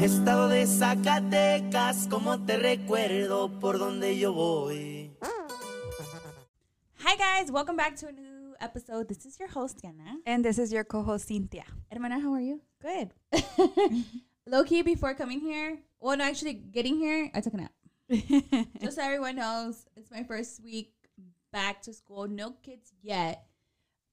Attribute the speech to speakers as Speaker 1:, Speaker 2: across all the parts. Speaker 1: Estado de Zacatecas, como te recuerdo por donde yo voy.
Speaker 2: Hi guys, welcome back to a new episode. This is your host Gana.
Speaker 3: And this is your co-host Cynthia.
Speaker 2: Hermana, how are you?
Speaker 3: Good.
Speaker 2: Low key, before coming here, well, no, actually getting here, I took a nap. Just so everyone knows, it's my first week back to school. No kids yet.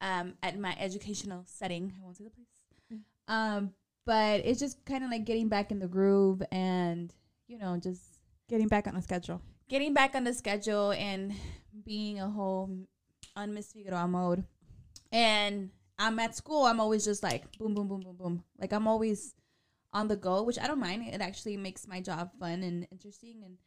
Speaker 2: Um, at my educational setting, I won't say the place. Um, but it's just kind of like getting back in the groove and you know just
Speaker 3: Getting back on a schedule.
Speaker 2: getting back on the schedule and being a whole on Miss Figueroa mode. And I'm at school, I'm always just like boom, boom, boom, boom, boom. Like I'm always on the go, which I don't mind. It actually makes my job fun and interesting and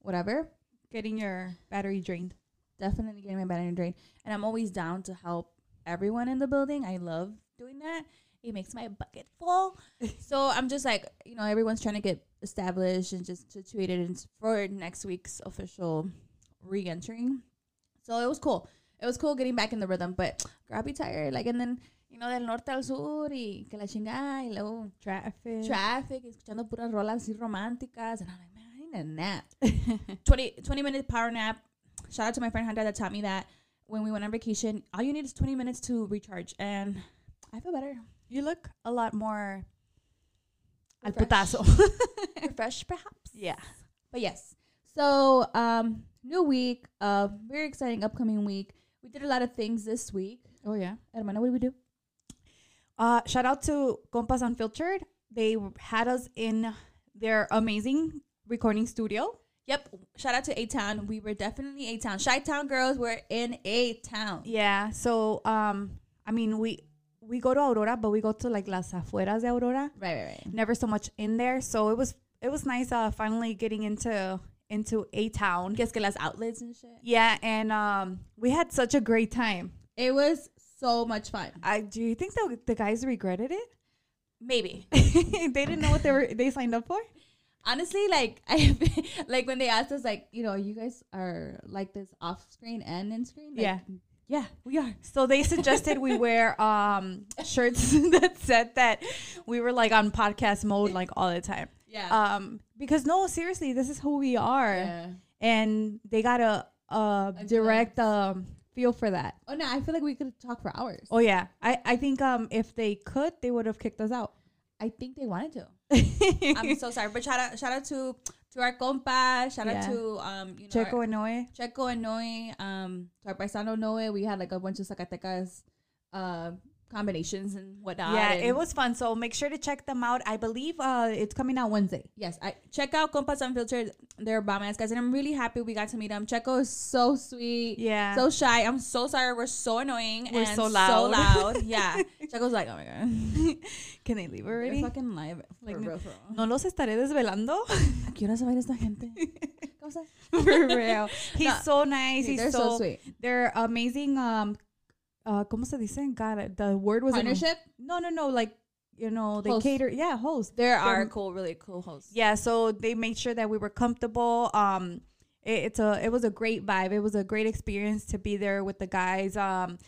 Speaker 2: whatever.
Speaker 3: Getting your battery drained.
Speaker 2: Definitely getting my battery drained. And I'm always down to help everyone in the building. I love doing that. It makes my bucket full. so I'm just like, you know, everyone's trying to get established and just situated in- for next week's official re-entering. So it was cool. It was cool getting back in the rhythm, but girl, I'd be tired. Like, and then, you know, del norte al sur y que la chingada y luego
Speaker 3: Traffic.
Speaker 2: traffic, escuchando puras rolas así románticas. And I'm like, man, I need a nap. 20, 20 minute power nap. Shout out to my friend Hunter that taught me that when we went on vacation, all you need is 20 minutes to recharge. And I feel better.
Speaker 3: you look a lot more al
Speaker 2: Refreshed.
Speaker 3: putazo.
Speaker 2: Refreshed, perhaps.
Speaker 3: yeah.
Speaker 2: But yes. So, um, new week, uh, very exciting upcoming week. We did a lot of things this week.
Speaker 3: Oh yeah.
Speaker 2: Hermana, what did we do?
Speaker 3: Uh, shout out to Compas Unfiltered. They had us in their amazing recording studio.
Speaker 2: Yep. Shout out to A Town. We were definitely A Town. Shy Town girls were in A Town.
Speaker 3: Yeah. So um, I mean we we go to Aurora, but we go to like las afueras de Aurora.
Speaker 2: Right, right, right.
Speaker 3: Never so much in there. So it was it was nice uh finally getting into into a town.
Speaker 2: Guess que las outlets and shit.
Speaker 3: Yeah, and um, we had such a great time.
Speaker 2: It was so much fun.
Speaker 3: I do you think the the guys regretted it?
Speaker 2: Maybe.
Speaker 3: they didn't know what they were they signed up for.
Speaker 2: Honestly, like I like when they asked us like, you know, you guys are like this off screen and in screen. Like,
Speaker 3: Yeah.
Speaker 2: Yeah, we are.
Speaker 3: So they suggested we wear um shirts that said that we were like on podcast mode like all the time.
Speaker 2: Yeah.
Speaker 3: Um, because no, seriously, this is who we are,
Speaker 2: Yeah.
Speaker 3: and they got a a direct um feel for that.
Speaker 2: Oh no, I feel like we could talk for hours.
Speaker 3: Oh yeah, I I think um if they could, they would have kicked us out.
Speaker 2: I think they wanted to. I'm so sorry. But shout out shout out to to our compa, shout out
Speaker 3: Yeah.
Speaker 2: to um you know our-
Speaker 3: Checo and Noe.
Speaker 2: Checo and Noe, um, to our paisano Noe, we had like a bunch of Zacatecas uh, combinations and whatnot.
Speaker 3: Yeah,
Speaker 2: and-
Speaker 3: it was fun. So make sure to check them out. I believe uh, it's coming out Wednesday.
Speaker 2: Yes, I check out Compas Unfiltered. They're bomb ass guys, and I'm really happy we got to meet them. Checo is so sweet.
Speaker 3: Yeah.
Speaker 2: So shy. I'm so sorry. We're so annoying.
Speaker 3: We're
Speaker 2: and
Speaker 3: so loud.
Speaker 2: loud. Yeah. Checo's like, oh my god.
Speaker 3: Can they leave
Speaker 2: They're
Speaker 3: already?
Speaker 2: fucking live. Like, for real, for real.
Speaker 3: No los estaré desvelando.
Speaker 2: ¿A qué hora se va a ir esta gente? ¿Cómo se-
Speaker 3: For real. He's
Speaker 2: No.
Speaker 3: so nice.
Speaker 2: Dude,
Speaker 3: He's
Speaker 2: they're so sweet.
Speaker 3: They're amazing. Um, uh, ¿Cómo se dicen? God, uh, the word was. in my-
Speaker 2: Partnership?
Speaker 3: No, no, no. Like, you know, they
Speaker 2: Host.
Speaker 3: cater. Yeah, host.
Speaker 2: There are
Speaker 3: They're-
Speaker 2: cool, really cool hosts.
Speaker 3: Yeah, so they made sure that we were comfortable. Um, it, it's a it was a great vibe. It was a great experience to be there with the guys. Um,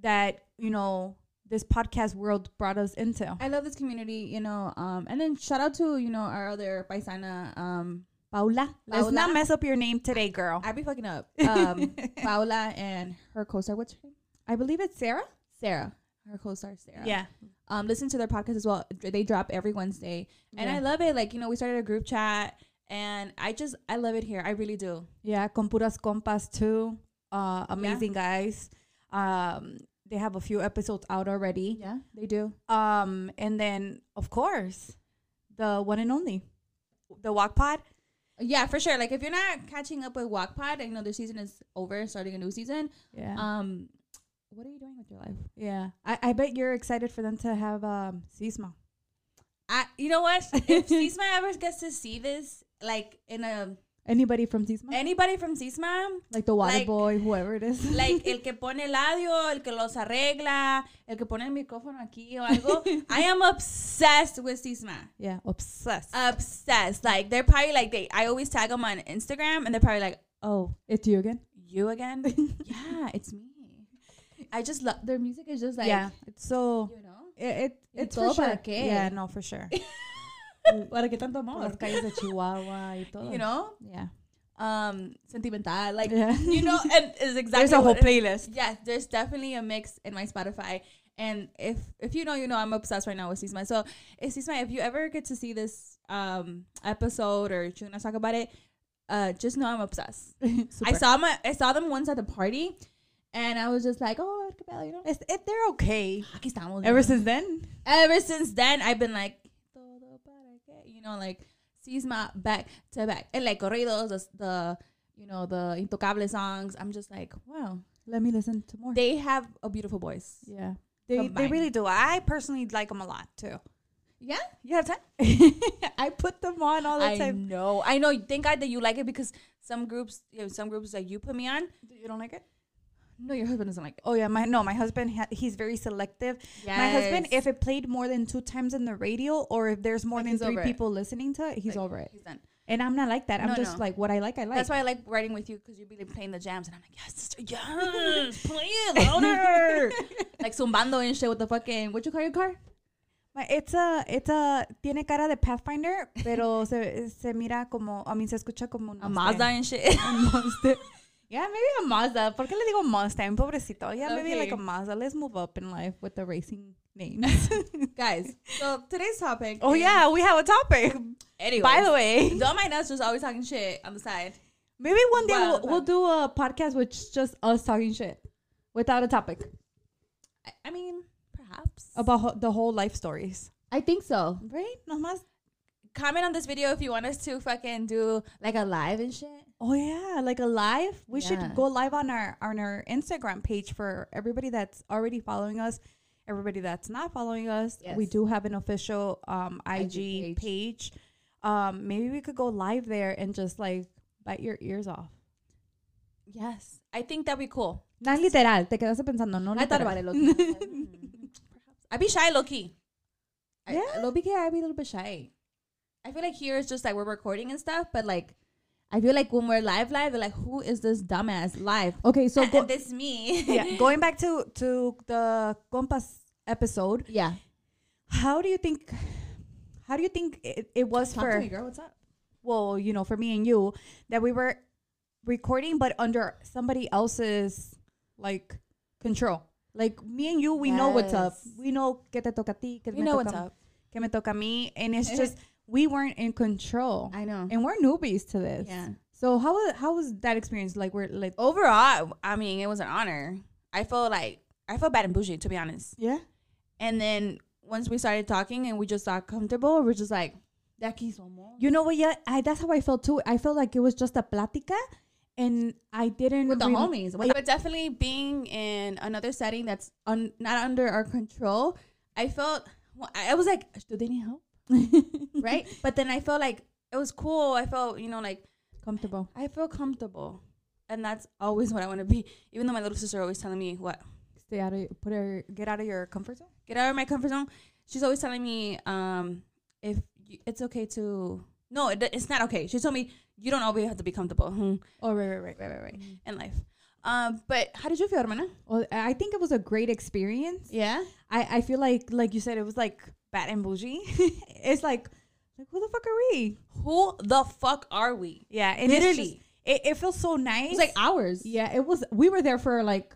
Speaker 3: that you know this podcast world brought us into.
Speaker 2: I love this community, you know. Um, and then shout out to you know our other paisana, um,
Speaker 3: Paula, let's not
Speaker 2: Paula.
Speaker 3: mess up your name today, girl.
Speaker 2: I be fucking up. Um, Paola and her co-star, what's her name?
Speaker 3: I believe it's Sarah.
Speaker 2: Sarah. Her co-star Sarah.
Speaker 3: Yeah,
Speaker 2: Um, listen to their podcast as well. They drop every Wednesday, and
Speaker 3: Yeah.
Speaker 2: I love it. Like you know, we started a group chat, and I just I love it here. I really do.
Speaker 3: yeah. Con puras compas too. Uh, amazing guys. Um, they have a few episodes out already.
Speaker 2: Yeah, they do.
Speaker 3: Um, and then of course, the one and only, the Walk Pod.
Speaker 2: Yeah, for sure. Like if you're not catching up with Wattpad, I know their season is over, starting a new season.
Speaker 3: Yeah.
Speaker 2: Um, what are you doing with your life?
Speaker 3: Uh, Yeah, I, I bet you're excited for them to have um Sisma.
Speaker 2: I, you know what? If Sisma ever gets to see this, like in a
Speaker 3: Anybody from Sisma?
Speaker 2: anybody from Sisma,
Speaker 3: like the water
Speaker 2: like-
Speaker 3: boy, whoever it is.
Speaker 2: like el que pone el audio, el que los arregla, el que pone el micrófono aquí o algo. I am obsessed with Sisma.
Speaker 3: yeah, obsessed.
Speaker 2: Uh, Obsessed. Like they're probably like they. I always tag them on Instagram, and they're probably like,
Speaker 3: oh, it's you again.
Speaker 2: "You again? yeah, it's me." I just love their music. Is just like
Speaker 3: yeah, it's so
Speaker 2: you know.
Speaker 3: it, it
Speaker 2: Y
Speaker 3: it's
Speaker 2: todo
Speaker 3: for sure.
Speaker 2: para qué.
Speaker 3: Yeah, no, for sure.
Speaker 2: Para que tanto amor.
Speaker 3: las calles de Chihuahua y todo.
Speaker 2: You know?
Speaker 3: Yeah.
Speaker 2: Um, sentimental. Like,
Speaker 3: Yeah.
Speaker 2: you know, and it's exactly
Speaker 3: There's a whole
Speaker 2: what it-
Speaker 3: playlist.
Speaker 2: Yes, there's definitely a mix in my Spotify. And if if you know, you know, I'm obsessed right now with Sisma. So, eh, Sisma, if you ever get to see this um episode or Chuna talk about it, uh, just know I'm obsessed. I saw my I saw them once at a party, and I was just like, oh, Cabello, you know,
Speaker 3: It's, it, they're okay.
Speaker 2: aquí estamos.
Speaker 3: Ever since then,
Speaker 2: ever since then, I've been like, todo para que, you know, like Sisma back to back, and like corridos, the, the you know the intocable songs. I'm just like, wow,
Speaker 3: let me listen to more.
Speaker 2: they have a beautiful voice.
Speaker 3: yeah. They, they
Speaker 2: Combined.
Speaker 3: really do. I personally like them a lot too.
Speaker 2: Yeah,
Speaker 3: You have time? I put them on all the
Speaker 2: I
Speaker 3: time.
Speaker 2: know, I know. Thank God that you like it because some groups, you know, some groups that you put me on.
Speaker 3: You don't like it?
Speaker 2: No, your husband doesn't like it.
Speaker 3: Oh yeah, my no, my husband ha- he's very selective. My husband,
Speaker 2: Yes.
Speaker 3: if it played more than two times in the radio, or if there's more
Speaker 2: Like,
Speaker 3: than
Speaker 2: he's
Speaker 3: three
Speaker 2: over it.
Speaker 3: people listening to it, he's
Speaker 2: Like,
Speaker 3: over it.
Speaker 2: he's done.
Speaker 3: And I'm not like that. I'm
Speaker 2: No,
Speaker 3: just
Speaker 2: no.
Speaker 3: like what I like, I like.
Speaker 2: That's why I like writing with you because you be like playing the jams, and I'm like, yes, sister, yes, play it louder, like zumbando and shit with the fucking what you call your car?
Speaker 3: My- It's a, it's a, tiene cara de Pathfinder, pero se, se mira como, I mean, se escucha como un
Speaker 2: A
Speaker 3: Mustang.
Speaker 2: Mazda and shit.
Speaker 3: Mazda. Yeah, maybe a Mazda. ¿Por qué le digo Mustang? Pobrecito. Yeah, maybe like a
Speaker 2: Okay.
Speaker 3: Mazda. Let's move up in life with the racing names.
Speaker 2: Guys, so today's topic.
Speaker 3: oh
Speaker 2: is-
Speaker 3: yeah, we have a topic.
Speaker 2: Anyways,
Speaker 3: By the way,
Speaker 2: don't mind us just always talking shit on the side.
Speaker 3: maybe one day
Speaker 2: Wow,
Speaker 3: we'll, we'll do a podcast with just us talking shit without a topic
Speaker 2: I, I mean, perhaps.
Speaker 3: about ho- the whole life stories.
Speaker 2: I think so.
Speaker 3: Right? Nomás.
Speaker 2: Comment on this video if you want us to fucking do like a live and shit.
Speaker 3: Oh yeah, like a live. We
Speaker 2: Yeah.
Speaker 3: should go live on our on our Instagram page for everybody that's already following us. Everybody that's not following us, we
Speaker 2: Yes.
Speaker 3: do have an official um, IG,
Speaker 2: IG
Speaker 3: page. Um, maybe we could go live there and just like bite your ears off.
Speaker 2: Yes, I think that'd be cool.
Speaker 3: Not literal. Te quedaste pensando. No.
Speaker 2: I thought about it, Loki. I'd be shy, Loki. Yeah.
Speaker 3: Yeah.
Speaker 2: Loki, I'd be a little bit shy. I feel like here it's just like we're recording and stuff, but like, I feel like when we're live, live, they're like, who is this dumbass live?
Speaker 3: Okay, so go,
Speaker 2: this me.
Speaker 3: yeah, going back to to the compas episode,
Speaker 2: yeah.
Speaker 3: how do you think? How do you think it, it was
Speaker 2: Talk
Speaker 3: for?
Speaker 2: to me, girl. What's up?
Speaker 3: well, you know, for me and you, that we were recording, but under somebody else's like control. Like me and you, we know what's up.
Speaker 2: Yes.
Speaker 3: We know que te toca a ti, que
Speaker 2: We
Speaker 3: me
Speaker 2: know
Speaker 3: toca
Speaker 2: what's
Speaker 3: a m-
Speaker 2: up. Eh.
Speaker 3: que me toca a me, and it's just we weren't in control,
Speaker 2: I know.
Speaker 3: and we're newbies to this.
Speaker 2: Yeah.
Speaker 3: So how was how was that experience? Like we're like, oh,
Speaker 2: Overall, I mean, it was an honor. I felt like I felt bad and bougie, to be honest.
Speaker 3: yeah,
Speaker 2: And then once we started talking and we just got comfortable, we're just like, that keys one more.
Speaker 3: you know what? Yeah, I, that's how I felt too. I felt like it was just a plática, and I didn't
Speaker 2: with the
Speaker 3: rem-
Speaker 2: homies. But definitely being in another setting that's un- not under our control, I felt well, I I was like, do they need help? right? But then I felt like it was cool. I felt you know like
Speaker 3: comfortable.
Speaker 2: I feel comfortable, and that's always what I want to be. Even though my little sister always telling me what
Speaker 3: Stay out of put her get out of your comfort zone.
Speaker 2: get out of my comfort zone. She's always telling me um if you, it's okay to no, it, it's not okay. She told me you don't always have to be comfortable hmm,
Speaker 3: Oh right, right, right, right, right.
Speaker 2: in life. Um, but how did you feel, hermana?
Speaker 3: Well, I think it was a great experience.
Speaker 2: Yeah.
Speaker 3: I, I feel like, like you said, it was like bad and bougie. it's like, like who the fuck are we?
Speaker 2: Who the fuck are we?
Speaker 3: Yeah, and it's
Speaker 2: Literally.
Speaker 3: just- it, it feels so nice.
Speaker 2: It was like hours.
Speaker 3: yeah, it was. We were there for like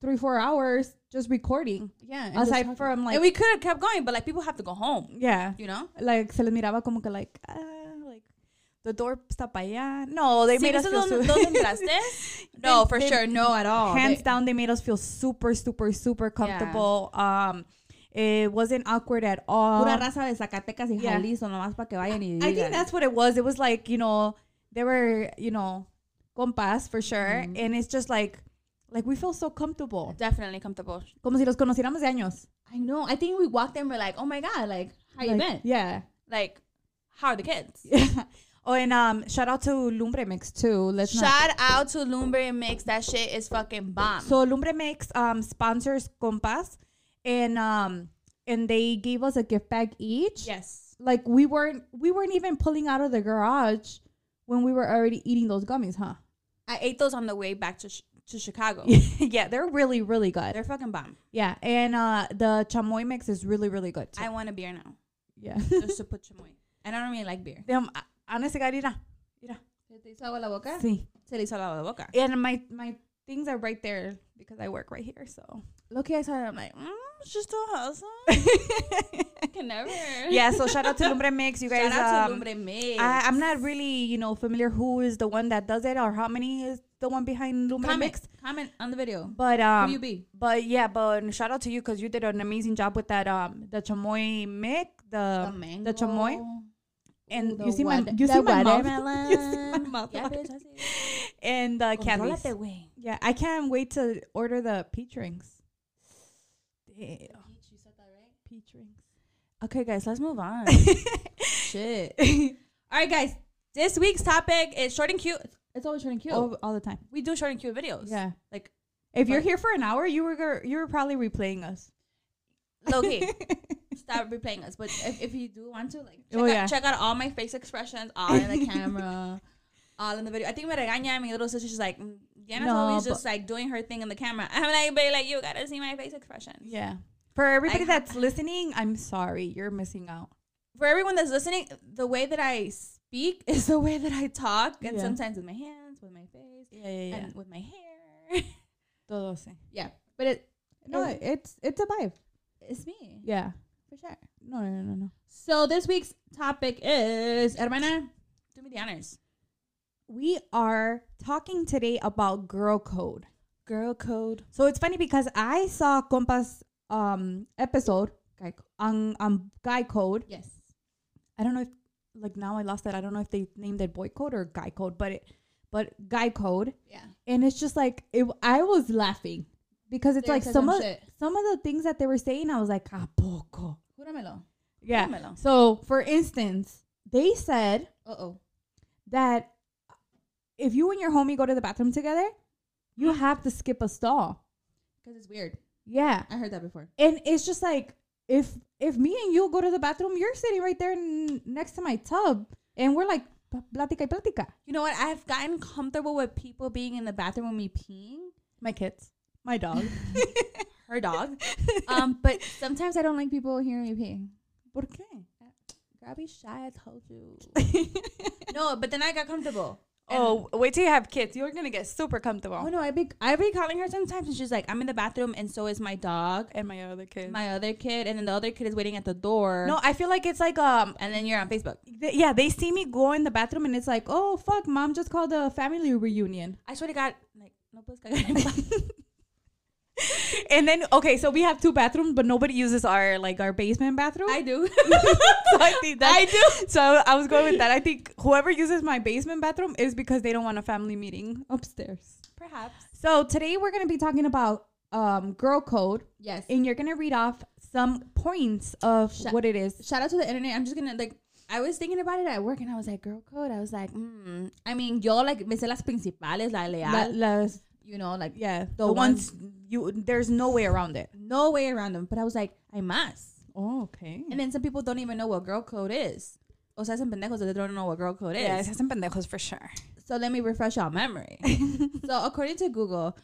Speaker 3: three, four hours just recording.
Speaker 2: yeah. and Mm-hmm. just
Speaker 3: Aside
Speaker 2: talking.
Speaker 3: from like,
Speaker 2: and we could have kept going, but like people have to go home,
Speaker 3: yeah,
Speaker 2: you know.
Speaker 3: like se les miraba como que like, ah, like the door está para allá. No, they
Speaker 2: Sí,
Speaker 3: made us
Speaker 2: ¿viste
Speaker 3: feel
Speaker 2: dónde-
Speaker 3: so-
Speaker 2: dónde entraste? no, for
Speaker 3: They-
Speaker 2: sure, no at all.
Speaker 3: hands
Speaker 2: Oh, They-
Speaker 3: down they made us feel super super super comfortable um it wasn't awkward at all
Speaker 2: Pura raza de Zacatecas y
Speaker 3: Yeah.
Speaker 2: Jalisco, nomás para que vayan y
Speaker 3: i
Speaker 2: digan.
Speaker 3: think that's what it was it was like you know they were you know compas for sure and it's just like like we feel so comfortable
Speaker 2: definitely comfortable.
Speaker 3: como si los conociéramos de años
Speaker 2: I know. I think we walked in, we're like, oh my god, like how you
Speaker 3: Like,
Speaker 2: been?
Speaker 3: yeah
Speaker 2: Like, how are the kids?
Speaker 3: oh and um shout out to lumbre mix too let's not-
Speaker 2: Shout out to Lumbre Mix. That shit is fucking bomb.
Speaker 3: So Lumbre Mix um, sponsors Compas, and um, and they gave us a gift bag each.
Speaker 2: yes.
Speaker 3: like we weren't we weren't even pulling out of the garage when we were already eating those gummies, huh?
Speaker 2: I ate those on the way back to sh- to Chicago.
Speaker 3: yeah, they're really really good.
Speaker 2: They're fucking bomb.
Speaker 3: Yeah, and uh the chamoy mix is really really good. Too.
Speaker 2: I want a beer now.
Speaker 3: Yeah.
Speaker 2: Just to put chamoy. And I don't really like beer.
Speaker 3: Damn, a- honest to God, mira, mira.
Speaker 2: Se te hizo agua la boca?
Speaker 3: Sí.
Speaker 2: Se le hizo agua la boca.
Speaker 3: And my my things are right there because I work right here. So
Speaker 2: Loki, I saw it. I'm like, mm, she's still hustling. I can never.
Speaker 3: yeah. So shout out to Lumbre Mix, you guys.
Speaker 2: Shout out to
Speaker 3: um,
Speaker 2: Lumbre Mix.
Speaker 3: I, I'm not really, you know, familiar who is the one that does it or how many is the one behind Lumbre
Speaker 2: comment,
Speaker 3: Mix.
Speaker 2: comment on the video.
Speaker 3: But
Speaker 2: Who
Speaker 3: um,
Speaker 2: do you be?
Speaker 3: but yeah, but shout out to you because you did an amazing job with that um the chamoy mix the the, chamoy and
Speaker 2: Ooh, the
Speaker 3: you see my
Speaker 2: water-
Speaker 3: you see
Speaker 2: the
Speaker 3: my mouth
Speaker 2: watermelon.
Speaker 3: you see my mouth
Speaker 2: Yeah,
Speaker 3: water.
Speaker 2: bitch, I see it.
Speaker 3: and the
Speaker 2: Contrólate,
Speaker 3: candies.
Speaker 2: güey.
Speaker 3: Yeah, I can't wait to order the peach rings. Damn, peach rings.
Speaker 2: Okay, guys, let's move on. Shit. All right, guys. This week's topic is short and cute. It's always short and cute.
Speaker 3: All, all the time.
Speaker 2: we do short and cute videos.
Speaker 3: Yeah.
Speaker 2: Like,
Speaker 3: If you're
Speaker 2: But-
Speaker 3: here for an hour, you were gr- you were probably replaying us.
Speaker 2: Loki, stop replaying us. But if, if you do want to, like, check,
Speaker 3: Oh,
Speaker 2: out,
Speaker 3: yeah.
Speaker 2: check out all my face expressions, all in the camera, all in the video. I think Maragaña, my little sister, she's like, mm, Diana's
Speaker 3: No,
Speaker 2: always
Speaker 3: but-
Speaker 2: just like doing her thing in the camera. I'm like, but like, you gotta see my face expressions.
Speaker 3: Yeah. For everybody
Speaker 2: ha-
Speaker 3: that's listening, I'm sorry, you're missing out.
Speaker 2: for everyone that's listening, the way that I speak is the way that I talk, and
Speaker 3: Yeah.
Speaker 2: sometimes with my hands, with my face,
Speaker 3: Yeah, yeah,
Speaker 2: and with my hair.
Speaker 3: Todos.
Speaker 2: yeah, but it
Speaker 3: No,
Speaker 2: it-
Speaker 3: it's it's a vibe.
Speaker 2: it's me
Speaker 3: Yeah.
Speaker 2: for sure.
Speaker 3: No, no, no, no.
Speaker 2: So this week's topic is hermana. Do me the honors.
Speaker 3: We are talking today about girl code.
Speaker 2: Girl code.
Speaker 3: So it's funny because I saw Compa's um episode
Speaker 2: Guy
Speaker 3: on on um, guy code
Speaker 2: Yes.
Speaker 3: I don't know if like now I lost it. I don't know if they named it boy code or guy code, but it but guy code,
Speaker 2: Yeah.
Speaker 3: and it's just like it, I was laughing because it's
Speaker 2: They
Speaker 3: like
Speaker 2: said
Speaker 3: some
Speaker 2: some
Speaker 3: of
Speaker 2: shit.
Speaker 3: some of the things that they were saying. I was like, "A poco?"
Speaker 2: Júramelo.
Speaker 3: Yeah.
Speaker 2: Dímelo.
Speaker 3: So for instance, they said
Speaker 2: Uh oh.
Speaker 3: that if you and your homie go to the bathroom together, you
Speaker 2: Mm.
Speaker 3: have to skip a stall.
Speaker 2: Because it's weird.
Speaker 3: Yeah,
Speaker 2: I heard that before.
Speaker 3: and it's just like if if me and you go to the bathroom, you're sitting right there n- next to my tub, and we're like platica y platica.
Speaker 2: You know what? I've gotten comfortable with people being in the bathroom with me peeing.
Speaker 3: My kids. My dog.
Speaker 2: Her dog. um, but sometimes I don't like people hearing me pee.
Speaker 3: Por qué?
Speaker 2: Girl, be shy. I told you. no, but then I got comfortable.
Speaker 3: Oh, wait till you have kids. You're gonna get super
Speaker 2: Oh
Speaker 3: comfortable.
Speaker 2: no, I be I be calling her sometimes, and she's like, "I'm in the bathroom, and so is my dog,
Speaker 3: And my other kids.
Speaker 2: my other kid, and then the other kid is waiting at the door."
Speaker 3: no, I feel like it's like um,
Speaker 2: and then you're on Facebook.
Speaker 3: th- yeah, they see me go in the bathroom and it's like, oh fuck, mom just called a family reunion.
Speaker 2: I swear to God, like no please, I got
Speaker 3: And then okay, so we have two bathrooms, but nobody uses our like our basement bathroom.
Speaker 2: I do.
Speaker 3: so I think that's,
Speaker 2: I do.
Speaker 3: So I was going with that. I think whoever uses my basement bathroom is because they don't want a family meeting upstairs.
Speaker 2: Perhaps
Speaker 3: So today we're gonna be talking about um, girl code
Speaker 2: yes.
Speaker 3: and you're gonna read off some points of
Speaker 2: Shut-
Speaker 3: what it is.
Speaker 2: Shout out to the internet. I'm just gonna like. I was thinking about it at work, and I was like, "Girl code." I was like, mm. I mean, yo like me sé las principales, la leal.
Speaker 3: La- las-
Speaker 2: you know, like
Speaker 3: yeah, the,
Speaker 2: The
Speaker 3: ones you there's no way around it.
Speaker 2: no way around them. But I was like, I must.
Speaker 3: Oh, okay.
Speaker 2: And then some people don't even know what girl code is. O sea, some pendejos that don't know what girl code is.
Speaker 3: some pendejos for sure.
Speaker 2: So let me refresh y'all memory. so according to Google,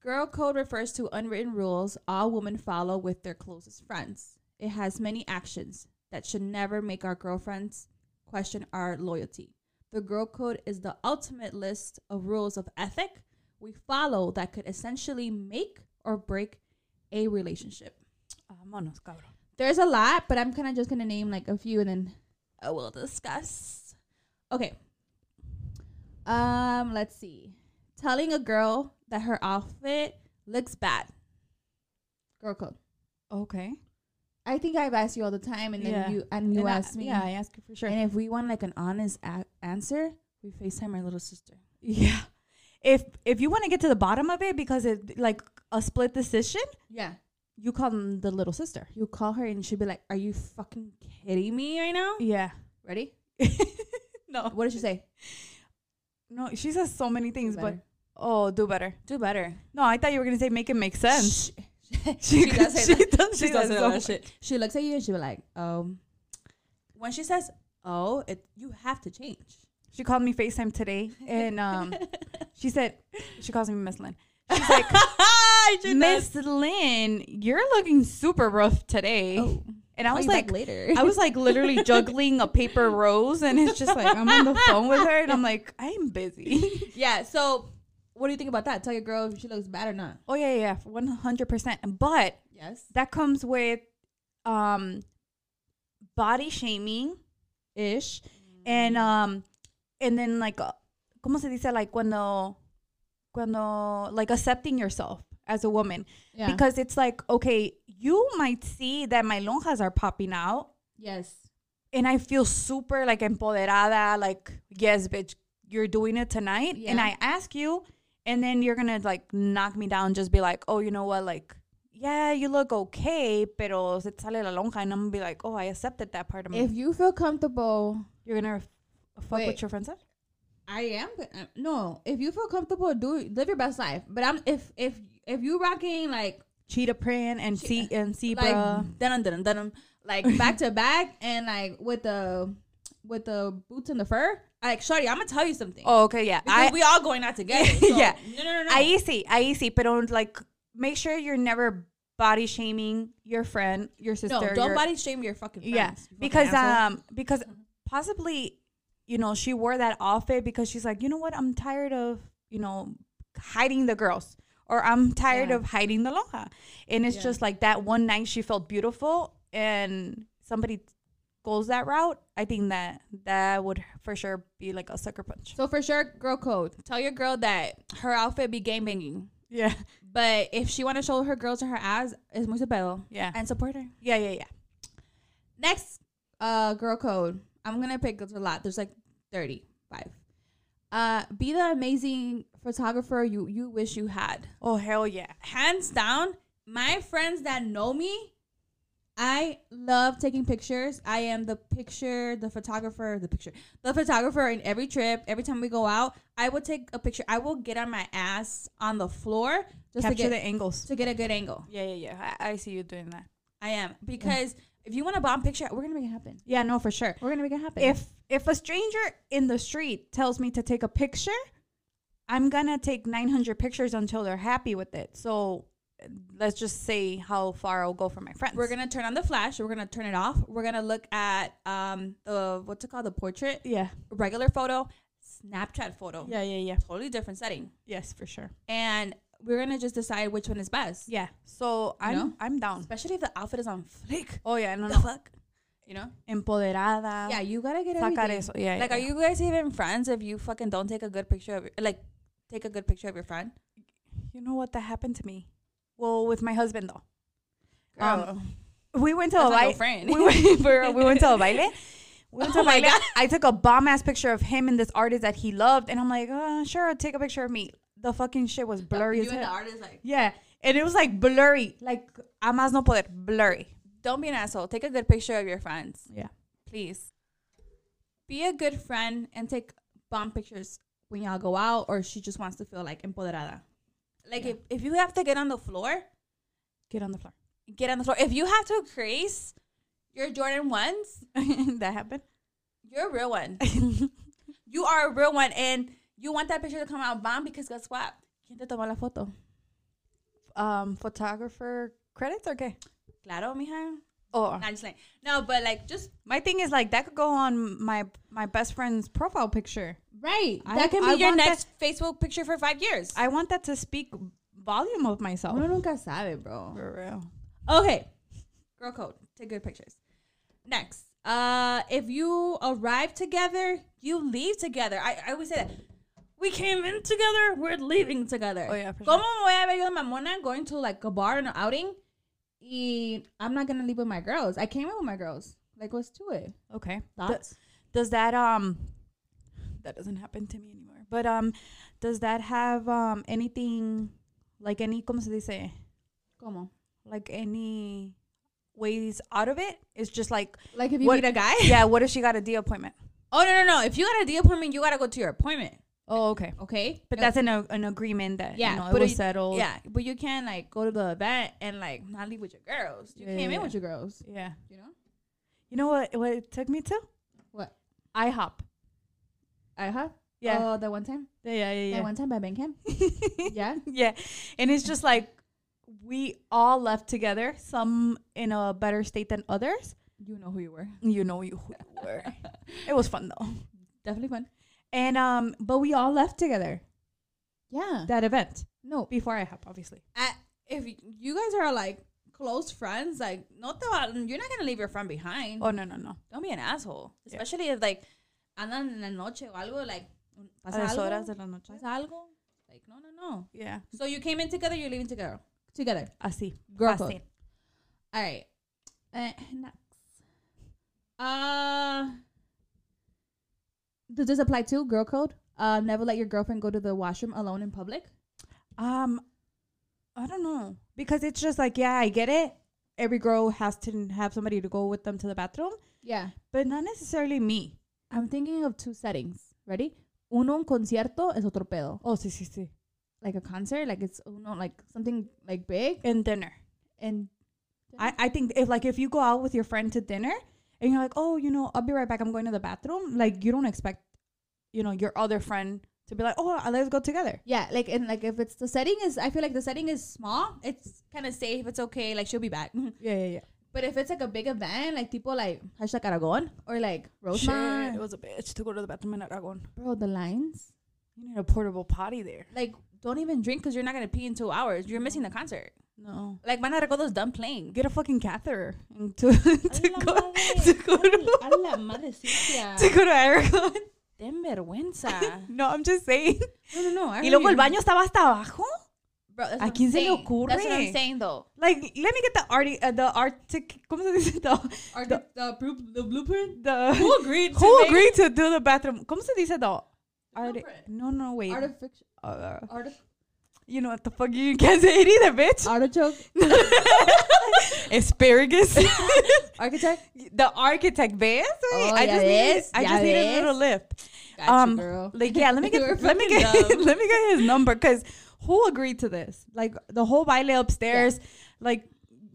Speaker 2: girl code refers to unwritten rules all women follow with their closest friends. It has many actions that should never make our girlfriends question our loyalty. The girl code is the ultimate list of rules of ethic we follow that could essentially make or break a relationship.
Speaker 3: Monos, cabrón.
Speaker 2: There's a lot, but I'm kind of just gonna name like a few, and then uh, we'll discuss. Okay. Um, let's see. Telling a girl that her outfit looks bad. Girl code.
Speaker 3: Okay.
Speaker 2: I think I've asked you all the time, and then
Speaker 3: Yeah.
Speaker 2: you and you
Speaker 3: And I-
Speaker 2: asked me.
Speaker 3: Yeah, I ask you for sure.
Speaker 2: And if we want like an honest a- answer, we Facetime our little sister.
Speaker 3: yeah. If if you want to get to the bottom of it because it like a split decision,
Speaker 2: Yeah.
Speaker 3: you call them the little sister.
Speaker 2: You call her, and she'll be like, "Are you fucking kidding me right now?"
Speaker 3: Yeah.
Speaker 2: Ready?
Speaker 3: no.
Speaker 2: What did she say?
Speaker 3: No, she says so many things,
Speaker 2: Do
Speaker 3: but
Speaker 2: better.
Speaker 3: oh, do better.
Speaker 2: Do better.
Speaker 3: No, I thought you were gonna say make it make sense.
Speaker 2: she does say
Speaker 3: she
Speaker 2: that.
Speaker 3: Does,
Speaker 2: she,
Speaker 3: she
Speaker 2: does,
Speaker 3: does
Speaker 2: all
Speaker 3: so
Speaker 2: that shit. She looks at you and she be like, um, when she says, "Oh, it, you have to change."
Speaker 3: She called me FaceTime today and um she said she calls me Miss Lynn. She's like Miss Lynn, you're looking super rough today.
Speaker 2: Oh.
Speaker 3: And I
Speaker 2: Call
Speaker 3: was
Speaker 2: you back
Speaker 3: like,
Speaker 2: later.
Speaker 3: I was like literally juggling a paper rose, and it's just like I'm on the phone with her, and I'm like, I'm busy.
Speaker 2: yeah. So, what do you think about that? Tell your girl if she looks bad or not.
Speaker 3: oh yeah, yeah, one hundred percent. But
Speaker 2: Yes.
Speaker 3: that comes with um body shaming ish,
Speaker 2: Mm.
Speaker 3: and um, and then like, uh, ¿cómo se dice? Like cuando, cuando like accepting yourself as a woman
Speaker 2: Yeah.
Speaker 3: because it's like okay, you might see that my lonjas are popping out,
Speaker 2: yes.
Speaker 3: and I feel super like empoderada, like, yes, bitch, you're doing it tonight. And
Speaker 2: Yeah.
Speaker 3: I ask you, and then you're gonna like knock me down, just be like, oh, you know what, like, yeah, you look okay, pero se te sale la lonja. And I'm gonna be like, oh, I accepted that part of me.
Speaker 2: If you feel comfortable,
Speaker 3: you're gonna f- fuck
Speaker 2: Wait.
Speaker 3: with your friends, up?
Speaker 2: I am. uh, No, if you feel comfortable, do live your best life. But I'm if if if you rocking like
Speaker 3: cheetah print and see and
Speaker 2: like
Speaker 3: zebra.
Speaker 2: dun dun dun like back to back and like with the with the boots and the fur, like shorty, I'm gonna tell you something.
Speaker 3: oh, okay, yeah.
Speaker 2: because
Speaker 3: I,
Speaker 2: we all going out together. so-
Speaker 3: Yeah.
Speaker 2: No, no, no, no.
Speaker 3: I see, I see, but don't like make sure you're never body shaming your friend, your sister.
Speaker 2: no, don't
Speaker 3: your-
Speaker 2: body shame your uh, fucking friends.
Speaker 3: Yeah,
Speaker 2: you fucking
Speaker 3: because
Speaker 2: asshole.
Speaker 3: um, because possibly, you know, she wore that outfit because she's like, you know what, I'm tired of you know hiding the girls, or I'm tired
Speaker 2: Yeah.
Speaker 3: of hiding the loja, and it's
Speaker 2: Yeah.
Speaker 3: just like that one night she felt beautiful, and somebody goes that route. I think that that would for sure be like a sucker punch.
Speaker 2: so for sure, girl code. Tell your girl that her outfit be game banging.
Speaker 3: Yeah,
Speaker 2: But if she want to show her girls or her ass, it's muy su pedo.
Speaker 3: Yeah.
Speaker 2: And support her.
Speaker 3: yeah, yeah, yeah.
Speaker 2: Next uh girl code. I'm gonna pick there's a lot. There's like 35. Uh be the amazing photographer you you wish you had.
Speaker 3: Oh hell yeah.
Speaker 2: Hands down, my friends that know me, I love taking pictures. I am the picture, the photographer, the picture, the photographer in every trip, every time we go out, I will take a picture. I will get on my ass on the floor just to
Speaker 3: Capture
Speaker 2: get
Speaker 3: the angles.
Speaker 2: to get a good angle.
Speaker 3: Yeah, yeah, yeah. I, I see you doing that.
Speaker 2: I am because if you want a bomb picture, we're gonna make it happen.
Speaker 3: Yeah, no, for sure.
Speaker 2: We're gonna make it happen.
Speaker 3: if if a stranger in the street tells me to take a picture i'm gonna take 900 pictures until they're happy with it so uh, let's just say how far i'll go for my friends
Speaker 2: we're gonna turn on the flash, we're gonna turn it off. We're gonna look at um the what's it called, the portrait,
Speaker 3: yeah
Speaker 2: regular photo, Snapchat photo,
Speaker 3: yeah yeah yeah
Speaker 2: totally different setting,
Speaker 3: yes for sure
Speaker 2: and we're gonna just decide which one is best.
Speaker 3: yeah so i'm
Speaker 2: know?
Speaker 3: i'm down
Speaker 2: Especially if the outfit is on flick,
Speaker 3: oh yeah no
Speaker 2: the
Speaker 3: no
Speaker 2: fuck, you know?
Speaker 3: empoderada
Speaker 2: Yeah, you gotta get
Speaker 3: sacar
Speaker 2: everything.
Speaker 3: eso yeah
Speaker 2: Like,
Speaker 3: yeah,
Speaker 2: are you guys even friends if you fucking don't take a good picture of your, like take a good picture of your friend?
Speaker 3: you know what that happened to me well with my husband though
Speaker 2: Girl.
Speaker 3: we went to
Speaker 2: That's
Speaker 3: a
Speaker 2: not no
Speaker 3: baile.
Speaker 2: friend.
Speaker 3: We went, for real, we went to a baile. We went to
Speaker 2: Oh
Speaker 3: a
Speaker 2: my
Speaker 3: baile.
Speaker 2: God.
Speaker 3: I took a bomb ass picture of him and this artist that he loved, and I'm like, oh, sure, take a picture of me. The fucking shit was blurry as
Speaker 2: you and the
Speaker 3: hell.
Speaker 2: artist like
Speaker 3: Yeah, and it was like blurry, like a más no poder, blurry.
Speaker 2: don't be an asshole. Take a good picture of your friends,
Speaker 3: Yeah,
Speaker 2: please. Be a good friend and take bomb pictures when y'all go out, or she just wants to feel like empoderada. Like if, if you have to get on the floor,
Speaker 3: get on the floor.
Speaker 2: get on the floor. If you have to crease your Jordan ones,
Speaker 3: that happened.
Speaker 2: you're a real one. you are a real one, and you want that picture to come out bomb because guess what? ¿Quién te tomó la foto?
Speaker 3: um, photographer credits, okay.
Speaker 2: Claro, mija.
Speaker 3: Oh,
Speaker 2: Not just like no, but like just
Speaker 3: my thing is like that could go on my my best friend's profile picture.
Speaker 2: right.
Speaker 3: I-
Speaker 2: that can be
Speaker 3: I
Speaker 2: your
Speaker 3: want that-
Speaker 2: next Facebook picture for five years.
Speaker 3: I want that to speak volume of myself.
Speaker 2: nunca sabe, bro.
Speaker 3: For real.
Speaker 2: Okay. Girl code. Take good pictures. Next. Uh if you arrive together, you leave together. I, I always say that. We came in together, we're leaving together.
Speaker 3: Oh, yeah, for
Speaker 2: ¿Cómo me voy a ver yo de mamona going to like a bar and an outing? Y I'm not gonna leave with my girls. I came in with my girls. Like what's to it?
Speaker 3: Okay.
Speaker 2: Thoughts?
Speaker 3: Th- does that um that doesn't happen to me anymore. But um does that have um anything like any como se dice?
Speaker 2: ¿Cómo?
Speaker 3: Like any ways out of it? It's just like
Speaker 2: Like if you
Speaker 3: What-
Speaker 2: meet a guy?
Speaker 3: yeah, what if she got a D appointment?
Speaker 2: Oh no no no. If you got a D appointment, you gotta go to your appointment.
Speaker 3: Oh, okay.
Speaker 2: Okay?
Speaker 3: But
Speaker 2: that's.
Speaker 3: that's an a, an agreement that
Speaker 2: yeah,
Speaker 3: you know, it
Speaker 2: but
Speaker 3: was
Speaker 2: you-
Speaker 3: settled.
Speaker 2: Yeah, but you can't like go to the event and like not leave with your girls. You
Speaker 3: Yeah,
Speaker 2: came
Speaker 3: yeah,
Speaker 2: in with your girls.
Speaker 3: Yeah.
Speaker 2: You know
Speaker 3: You know what what it took me to?
Speaker 2: what?
Speaker 3: IHOP.
Speaker 2: I huh?
Speaker 3: Yeah.
Speaker 2: Oh, that one time.
Speaker 3: yeah, yeah, yeah.
Speaker 2: That one time by Bandcamp. yeah.
Speaker 3: yeah. And it's just like we all left together, some in a better state than others.
Speaker 2: You know who you were.
Speaker 3: You know you who you were. it was fun though.
Speaker 2: Definitely fun.
Speaker 3: And um but we all left together
Speaker 2: Yeah.
Speaker 3: that event.
Speaker 2: no.
Speaker 3: Before I hop, obviously.
Speaker 2: I, if you guys are like close friends, like no, te va- you're not gonna leave your friend behind.
Speaker 3: Oh no no no.
Speaker 2: Don't be an asshole,
Speaker 3: Yeah.
Speaker 2: especially if like andan en la noche o algo like pasa
Speaker 3: A las
Speaker 2: algo,
Speaker 3: horas de la noche.
Speaker 2: pasa algo. Like no, no, no.
Speaker 3: Yeah.
Speaker 2: So you came in together. You're leaving together. Together.
Speaker 3: Así.
Speaker 2: Girl
Speaker 3: Así.
Speaker 2: code. All right. Uh, next. Uh, does this apply to girl code? Uh, never let your girlfriend go to the washroom alone in public.
Speaker 3: Um, I don't know because it's just like yeah, I get it. Every girl has to have somebody to go with them to the bathroom,
Speaker 2: Yeah.
Speaker 3: but not necessarily me.
Speaker 2: I'm thinking of two settings. Ready? Uno un concierto es otro pedo.
Speaker 3: Oh, sí, sí, sí.
Speaker 2: Like a concert, like it's uno like something like big
Speaker 3: And dinner.
Speaker 2: and
Speaker 3: I, I think if like if you go out with your friend to dinner and you're like, oh, you know, I'll be right back. I'm going to the bathroom. Like you don't expect, you know, your other friend to be like, oh, let's go together.
Speaker 2: yeah, like and like if it's the setting is I feel like the setting is small, it's kind of safe, it's okay, like she'll be back.
Speaker 3: Yeah, yeah, yeah.
Speaker 2: but if it's like a big event, like people like hashtag Aragon or like
Speaker 3: Shit,
Speaker 2: Rosemont,
Speaker 3: it was a bitch to go to the bathroom in Aragon.
Speaker 2: bro, the lines
Speaker 3: You need a portable potty there.
Speaker 2: like don't even drink because you're not gonna pee in two hours. You're missing the concert.
Speaker 3: No.
Speaker 2: Like van a recoger's done playing.
Speaker 3: Get a fucking catheter and to, to, go, to go to to go to Aragon.
Speaker 2: Den vergüenza.
Speaker 3: No, I'm just saying.
Speaker 2: No, no, no. I
Speaker 3: Y luego el
Speaker 2: already-
Speaker 3: baño estaba hasta abajo.
Speaker 2: Bro, that's what
Speaker 3: ¿A
Speaker 2: I'm
Speaker 3: quién se le
Speaker 2: saying. That's what I'm
Speaker 3: ocurre?
Speaker 2: saying though.
Speaker 3: Like, let me get the arty, uh, the artic, ¿cómo se dice? The,
Speaker 2: Or
Speaker 3: the-
Speaker 2: the, the, blu- the blueprint?
Speaker 3: the
Speaker 2: Who agreed to
Speaker 3: who
Speaker 2: make
Speaker 3: agreed to do the bathroom? ¿Cómo se dice the arti-
Speaker 2: Blueprint.
Speaker 3: No, no, wait.
Speaker 2: artific-
Speaker 3: Uh,
Speaker 2: arti-
Speaker 3: you know what the fuck? You can't say it either, bitch.
Speaker 2: artichoke
Speaker 3: Asparagus.
Speaker 2: architect?
Speaker 3: the architect, ¿ves? güey?
Speaker 2: Oh,
Speaker 3: I
Speaker 2: ya
Speaker 3: just need,
Speaker 2: ves,
Speaker 3: I
Speaker 2: ya
Speaker 3: just need a
Speaker 2: ves.
Speaker 3: little lift.
Speaker 2: Gotcha,
Speaker 3: um,
Speaker 2: girl.
Speaker 3: Like, yeah, let me
Speaker 2: We're
Speaker 3: get let me
Speaker 2: fucking
Speaker 3: get
Speaker 2: dumb.
Speaker 3: let me get his number because who agreed to this? Like the whole baile upstairs, like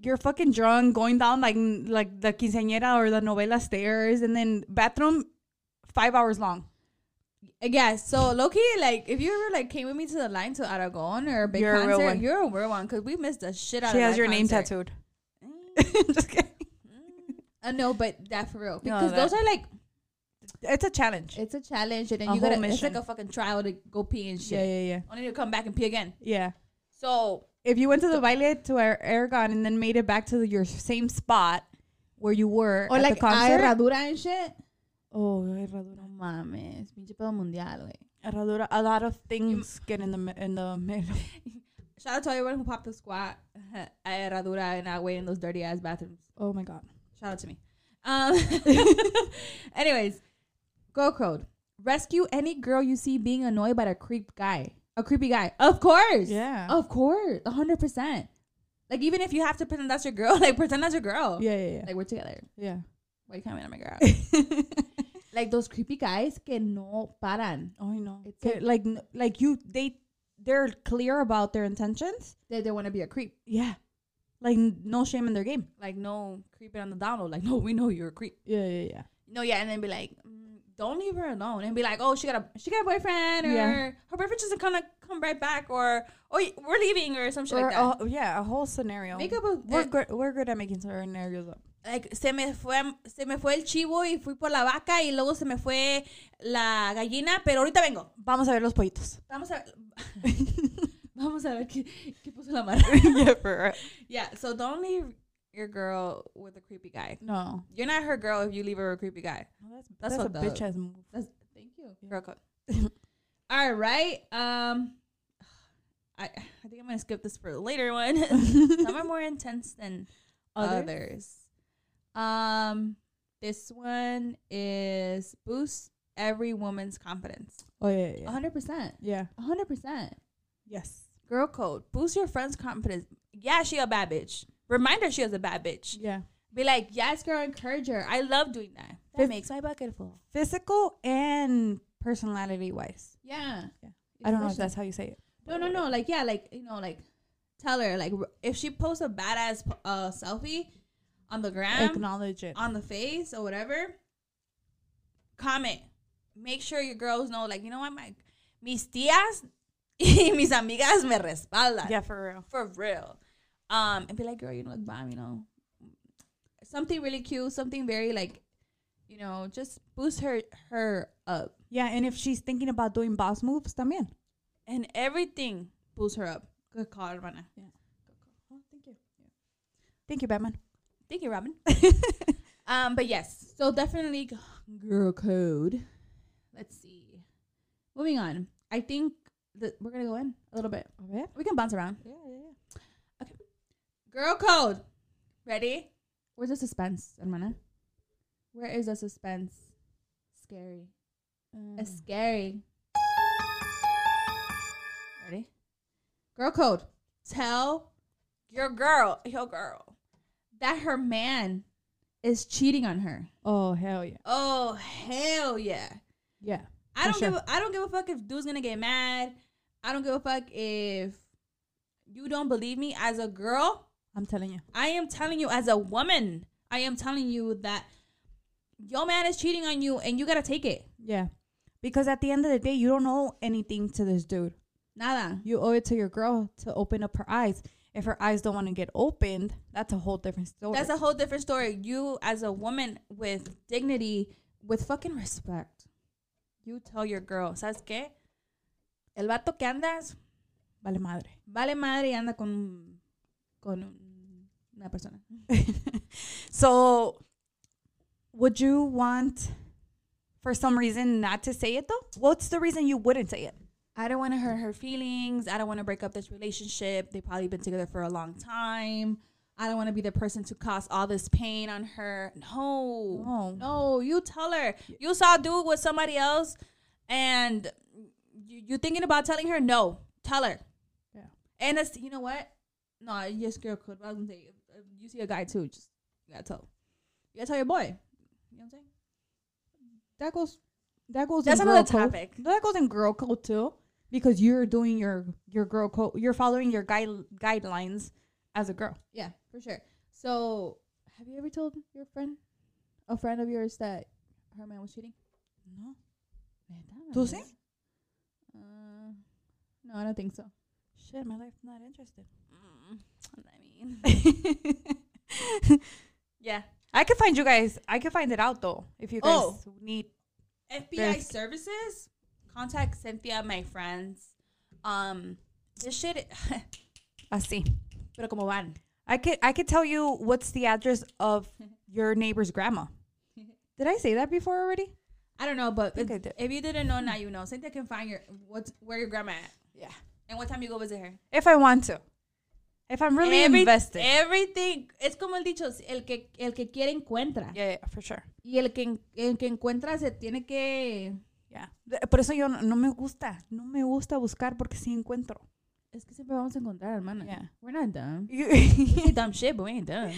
Speaker 3: you're fucking drunk, going down like like the quinceañera or the novela stairs, and then bathroom five hours long.
Speaker 2: Uh, yeah, so Loki, like if you ever like came with me to the line to Aragon or a big
Speaker 3: You're a real
Speaker 2: concert,
Speaker 3: one.
Speaker 2: you're a real one because we missed the shit out
Speaker 3: She
Speaker 2: of
Speaker 3: has
Speaker 2: that
Speaker 3: your name
Speaker 2: concert.
Speaker 3: tattooed. Just kidding.
Speaker 2: Uh, no, but that for real.
Speaker 3: No,
Speaker 2: Because those
Speaker 3: that-
Speaker 2: are like
Speaker 3: It's a challenge.
Speaker 2: it's a challenge and then
Speaker 3: A
Speaker 2: you gotta
Speaker 3: whole
Speaker 2: it's like
Speaker 3: mission.
Speaker 2: a fucking trial to go pee and shit.
Speaker 3: yeah, yeah, yeah,
Speaker 2: Only to come back and pee again.
Speaker 3: yeah.
Speaker 2: So
Speaker 3: If you went to the baile to our Aragon and then made it back to the, your same spot where you were
Speaker 2: Or
Speaker 3: at
Speaker 2: like
Speaker 3: the concert.
Speaker 2: herradura and shit.
Speaker 3: oh, herradura.
Speaker 2: No mames, pinche pedo mundial, güey.
Speaker 3: Herradura. A lot of things get in the mi- in the middle.
Speaker 2: Shout out to everyone who popped the squat at Herradura and I wait in those dirty ass bathrooms.
Speaker 3: Oh my god.
Speaker 2: Shout out to me. Um, anyways, girl code. Rescue any girl you see being annoyed by a creep guy. A creepy guy. Of course. Oh.
Speaker 3: Yeah.
Speaker 2: Of course. A 100%. Like, even if you have to pretend that's your girl, like, pretend that's your girl.
Speaker 3: Yeah, yeah,
Speaker 2: Like, we're together.
Speaker 3: yeah.
Speaker 2: Why can't we not my girl?
Speaker 3: yeah.
Speaker 2: like, those creepy guys que no paran.
Speaker 3: oh, I know.
Speaker 2: It's
Speaker 3: It's like n- like you they they're clear about their intentions.
Speaker 2: They, they want to be a creep.
Speaker 3: Yeah. Like n- no shame in their game.
Speaker 2: Like, no creeping on the download. Like, no, we know you're a creep.
Speaker 3: Yeah, yeah, yeah.
Speaker 2: No, yeah, and then be like, mm, don't leave her alone, and be like, oh, she got a she got a boyfriend, or
Speaker 3: Yeah.
Speaker 2: her boyfriend doesn't kind of come right back, or oh, y- we're leaving, or some shit
Speaker 3: Or
Speaker 2: like that.
Speaker 3: a- yeah, a whole scenario.
Speaker 2: Make up a
Speaker 3: we're
Speaker 2: uh,
Speaker 3: good. We're good at making scenarios up.
Speaker 2: like se me fue se me fue el chivo y fui por la vaca y luego se me fue la gallina, pero ahorita vengo.
Speaker 3: Vamos a ver los pollitos.
Speaker 2: Vamos a vamos a ver qué, qué puso la mano.
Speaker 3: yeah, for
Speaker 2: yeah, so don't leave your girl with a creepy guy.
Speaker 3: no.
Speaker 2: You're not her girl if you leave her with a creepy guy.
Speaker 3: That's
Speaker 2: That's
Speaker 3: that's,
Speaker 2: what
Speaker 3: a
Speaker 2: the-
Speaker 3: bitch ass move.
Speaker 2: That's, thank you.
Speaker 3: Yeah.
Speaker 2: Girl code. All right. Um, I I think I'm gonna skip this for the later one. Some are more intense than
Speaker 3: Others?
Speaker 2: others. Um, this one is boost every woman's confidence.
Speaker 3: Oh yeah, yeah,
Speaker 2: A
Speaker 3: yeah.
Speaker 2: hundred percent.
Speaker 3: yeah.
Speaker 2: a hundred percent.
Speaker 3: Yes.
Speaker 2: Girl code. Boost your friend's confidence. Yeah, she a bad bitch. Remind her she was a bad bitch.
Speaker 3: Yeah.
Speaker 2: Be like, yes, girl, encourage her. I love doing that. That
Speaker 3: Fif-
Speaker 2: makes my bucket full.
Speaker 3: Physical and personality wise.
Speaker 2: Yeah.
Speaker 3: Yeah. I don't know if
Speaker 2: Especially-
Speaker 3: that's how you say it.
Speaker 2: No, no, no. Like, yeah, like you know, like tell her like r- if she posts a badass p- uh, selfie on the gram,
Speaker 3: Acknowledge it.
Speaker 2: on the face or whatever, comment. Make sure your girls know, like you know what, my mis tías y mis amigas me respaldan
Speaker 3: Yeah, for real.
Speaker 2: for real. um, and be like, girl, you look bomb, you know, something really cute, something very like, you know, just boost her her up,
Speaker 3: Yeah, and if she's thinking about doing boss moves, también.
Speaker 2: and everything boosts her up. Good call, hermana.
Speaker 3: Oh, thank you. Thank you, Batman.
Speaker 2: Thank you, Robin. um, but yes, so definitely g- girl code. Let's see. Moving on, I think that we're gonna go in a little bit.
Speaker 3: Yeah,
Speaker 2: We can bounce around.
Speaker 3: yeah, yeah.
Speaker 2: Girl code. Ready? Where's the suspense, hermana? Where is the suspense? Scary.
Speaker 3: Eh.
Speaker 2: It's scary. Ready? Girl code. Tell your girl, your girl, that her man is cheating on her.
Speaker 3: Oh hell yeah,
Speaker 2: Oh hell yeah!
Speaker 3: yeah.
Speaker 2: I
Speaker 3: For
Speaker 2: don't
Speaker 3: sure.
Speaker 2: give. A, I don't give a fuck if dude's gonna get mad. I don't give a fuck if you don't believe me as a girl.
Speaker 3: I'm telling you.
Speaker 2: I am telling you as a woman, I am telling you that your man is cheating on you and you gotta take it.
Speaker 3: Yeah, because at the end of the day, you don't owe anything to this dude.
Speaker 2: Nada.
Speaker 3: You owe it to your girl to open up her eyes. If her eyes don't want to get opened, that's a whole different story.
Speaker 2: That's a whole different story. You as a woman with dignity, with fucking respect, you tell your girl, ¿sabes qué? El vato que andas,
Speaker 3: vale madre.
Speaker 2: vale madre y anda con, con una persona.
Speaker 3: So, would you want, for some reason, not to say it though? What's the reason you wouldn't say it?
Speaker 2: I don't want to hurt her feelings. I don't want to break up this relationship. They've probably been together for a long time. I don't want to be the person to cause all this pain on her. No.
Speaker 3: No.
Speaker 2: No, you tell her. You saw a dude with somebody else and you, you thinking about telling her? No. Tell her.
Speaker 3: Yeah.
Speaker 2: And it's, you know what? No, yes, girl could. But I was going to say, if- if you see a guy too, just, you got to tell. You got to tell your boy. You know what I'm saying?
Speaker 3: That goes. That goes.
Speaker 2: That's
Speaker 3: in
Speaker 2: another
Speaker 3: girl code.
Speaker 2: topic.
Speaker 3: That goes in girl code too, because you're doing your your girl code. You're following your guide guidelines as a girl.
Speaker 2: Yeah, for sure. So, have you ever told your friend, a friend of yours, that her man was cheating?
Speaker 3: No.
Speaker 2: Do
Speaker 3: ¿Tú
Speaker 2: you
Speaker 3: sí?
Speaker 2: Uh, no, I don't think so.
Speaker 3: Shit, my life's not interested.
Speaker 2: Mm, I mean, yeah.
Speaker 3: I could find you guys. I could find it out though if you guys
Speaker 2: Oh.
Speaker 3: need.
Speaker 2: FBI
Speaker 3: Best.
Speaker 2: services contact Cynthia, my friends. Um, this shit.
Speaker 3: I see.
Speaker 2: Pero como van?
Speaker 3: I could I could tell you what's the address of your neighbor's grandma. Did I say that before already?
Speaker 2: I don't know, but
Speaker 3: think I
Speaker 2: if,
Speaker 3: did.
Speaker 2: if you didn't know, now you know. Cynthia can find your what's where your grandma at
Speaker 3: Yeah.
Speaker 2: and what time you go visit her.
Speaker 3: If I want to. If I'm really
Speaker 2: Every-
Speaker 3: invested.
Speaker 2: Everything. Es como el dicho, el que el que quiere encuentra.
Speaker 3: yeah, yeah, for sure.
Speaker 2: Y el que, en- el que encuentra se tiene que.
Speaker 3: Yeah. De- Por eso yo no, no me gusta. No me gusta buscar porque sí encuentro.
Speaker 2: Es que siempre vamos a encontrar, hermana.
Speaker 3: Yeah.
Speaker 2: We're not dumb.
Speaker 3: You,
Speaker 2: We say dumb shit, but we ain't dumb.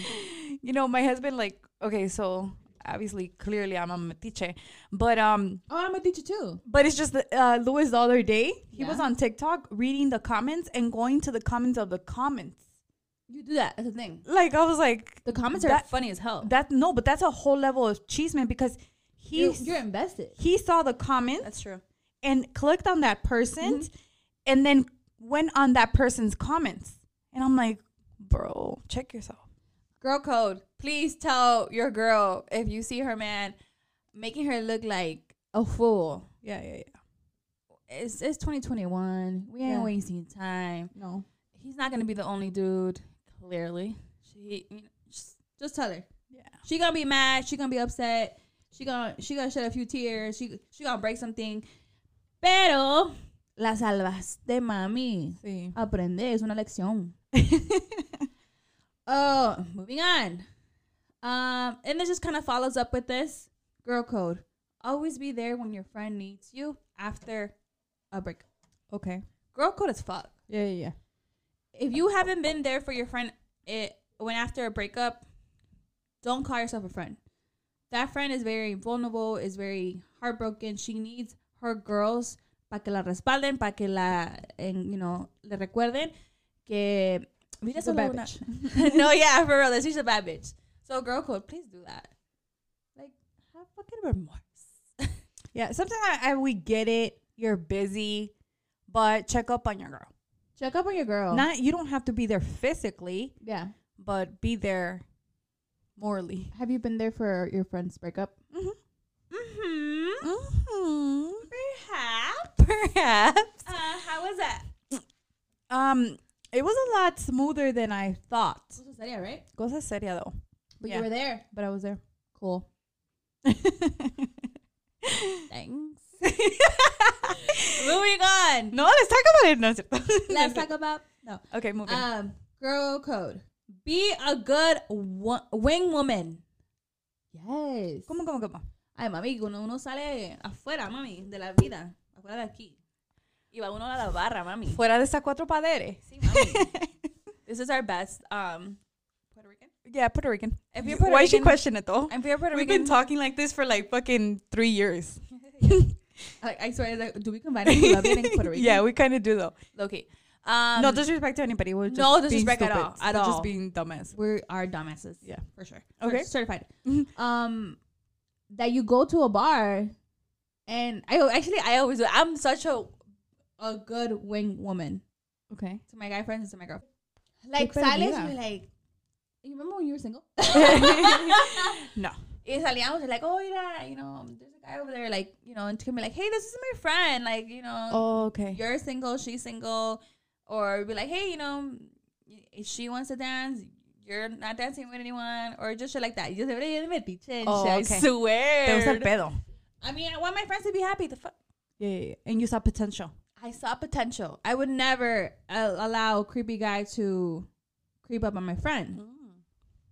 Speaker 3: you know, my husband like, okay, so obviously clearly I'm a metiche, but um
Speaker 2: Oh, I'm a teacher too.
Speaker 3: But it's just that, uh, Louis the other day. He was
Speaker 2: Yeah.
Speaker 3: on TikTok reading the comments and going to the comments of the comments.
Speaker 2: You do that. That's the thing.
Speaker 3: Like I was like,
Speaker 2: The comments are
Speaker 3: That-
Speaker 2: funny as hell.
Speaker 3: that no, but that's a whole level of cheesement because he
Speaker 2: you, you're invested.
Speaker 3: he saw the comments
Speaker 2: That's true. Mm-hmm.
Speaker 3: and clicked on that person, and then went on that person's comments. And I'm like, bro, check yourself.
Speaker 2: Girl code. Please tell your girl if you see her man making her look like a fool.
Speaker 3: Yeah, yeah, yeah.
Speaker 2: It's it's 2021. We ain't
Speaker 3: Yeah.
Speaker 2: wasting time.
Speaker 3: No,
Speaker 2: He's not gonna be the only dude. Clearly, she you know, just, just tell her.
Speaker 3: yeah,
Speaker 2: She gonna be mad. She gonna be upset. She gonna she gonna shed a few tears. She she gonna break something. Pero la salvaste, mami.
Speaker 3: see,
Speaker 2: Aprende es una lección. oh, moving on. Um, and it just kind of follows up with this girl code. Always be there when your friend needs you after a break.
Speaker 3: okay,
Speaker 2: Girl code is fuck.
Speaker 3: yeah, yeah, yeah.
Speaker 2: If you haven't been there for your friend it, when after a breakup, don't call yourself a friend. That friend is very vulnerable, is very heartbroken. She needs her girls para que la respalden, para que la, en, you know, le recuerden que. Mira,
Speaker 3: She's a
Speaker 2: solo
Speaker 3: bad
Speaker 2: una-
Speaker 3: bitch.
Speaker 2: no, yeah, for real. that She's a bad bitch. So, girl code, please do that. Like, have fucking remorse.
Speaker 3: Yeah, sometimes I, I we get it. You're busy, but check up on your girl.
Speaker 2: Check up on your girl.
Speaker 3: Not you don't have to be there physically,
Speaker 2: yeah.
Speaker 3: but be there morally.
Speaker 2: Have you been there for your friend's breakup? Mm-hmm.
Speaker 3: Mm-hmm.
Speaker 2: Perhaps.
Speaker 3: Perhaps.
Speaker 2: Uh, how was that?
Speaker 3: Um, it was a lot smoother than I thought.
Speaker 2: Eso sería, right?
Speaker 3: Cosa seria though,
Speaker 2: But
Speaker 3: Yeah.
Speaker 2: you were there.
Speaker 3: but I was there.
Speaker 2: Cool. Thanks. Moving on.
Speaker 3: no, let's talk about it. No, it's-
Speaker 2: Let's talk about no.
Speaker 3: Okay, moving.
Speaker 2: Um, girl code. Be a good wo- wing woman. Yes.
Speaker 3: ¿Cómo, cómo, cómo?
Speaker 2: Ay, mami, que uno, uno sale afuera, mami, de la vida, afuera de aquí. Y va uno a la barra, mami.
Speaker 3: Fuera de esas cuatro paredes.
Speaker 2: Sí, mami. This is our best. Um, Puerto Rican.
Speaker 3: Yeah, Puerto Rican.
Speaker 2: If you're Puerto
Speaker 3: Why she
Speaker 2: Rican-
Speaker 3: question it though?
Speaker 2: I'm very Puerto
Speaker 3: We've
Speaker 2: Rican.
Speaker 3: been talking like this for like fucking three years.
Speaker 2: I, I swear, like, do we combine Colombian and Puerto Rican?
Speaker 3: yeah, we kind of do though.
Speaker 2: Okay. Um,
Speaker 3: no disrespect to anybody. We're just
Speaker 2: no
Speaker 3: being
Speaker 2: disrespect at
Speaker 3: stupid.
Speaker 2: all, at
Speaker 3: We're
Speaker 2: all.
Speaker 3: Just being dumbass.
Speaker 2: we are dumbasses.
Speaker 3: Yeah.
Speaker 2: for sure.
Speaker 3: Okay.
Speaker 2: Cert- certified. um, that you go to a bar, and I actually I always do. I'm such a a good wing woman
Speaker 3: Okay.
Speaker 2: to my guy friends and to my girl. Like
Speaker 3: Qué
Speaker 2: sales,
Speaker 3: perdida.
Speaker 2: we like. You remember when you were single?
Speaker 3: No.
Speaker 2: y salíamos like, oh yeah, you know, there's a guy over there, like, you know, and to be like, hey, this is my friend, like, you know,
Speaker 3: Oh, okay.
Speaker 2: you're single, she's single, or be like, hey, you know, if she wants to dance, you're not dancing with anyone, or just shit like that. Yo siempre lleno de metiche and
Speaker 3: Oh,
Speaker 2: shit, I
Speaker 3: okay. Te gusta el
Speaker 2: swear.
Speaker 3: pedo.
Speaker 2: I mean, I want my friends to be happy. The fuck.
Speaker 3: Yeah, yeah, yeah. And you saw potential.
Speaker 2: I saw potential. I would never uh, allow a creepy guy to creep up on my friend.
Speaker 3: Mm.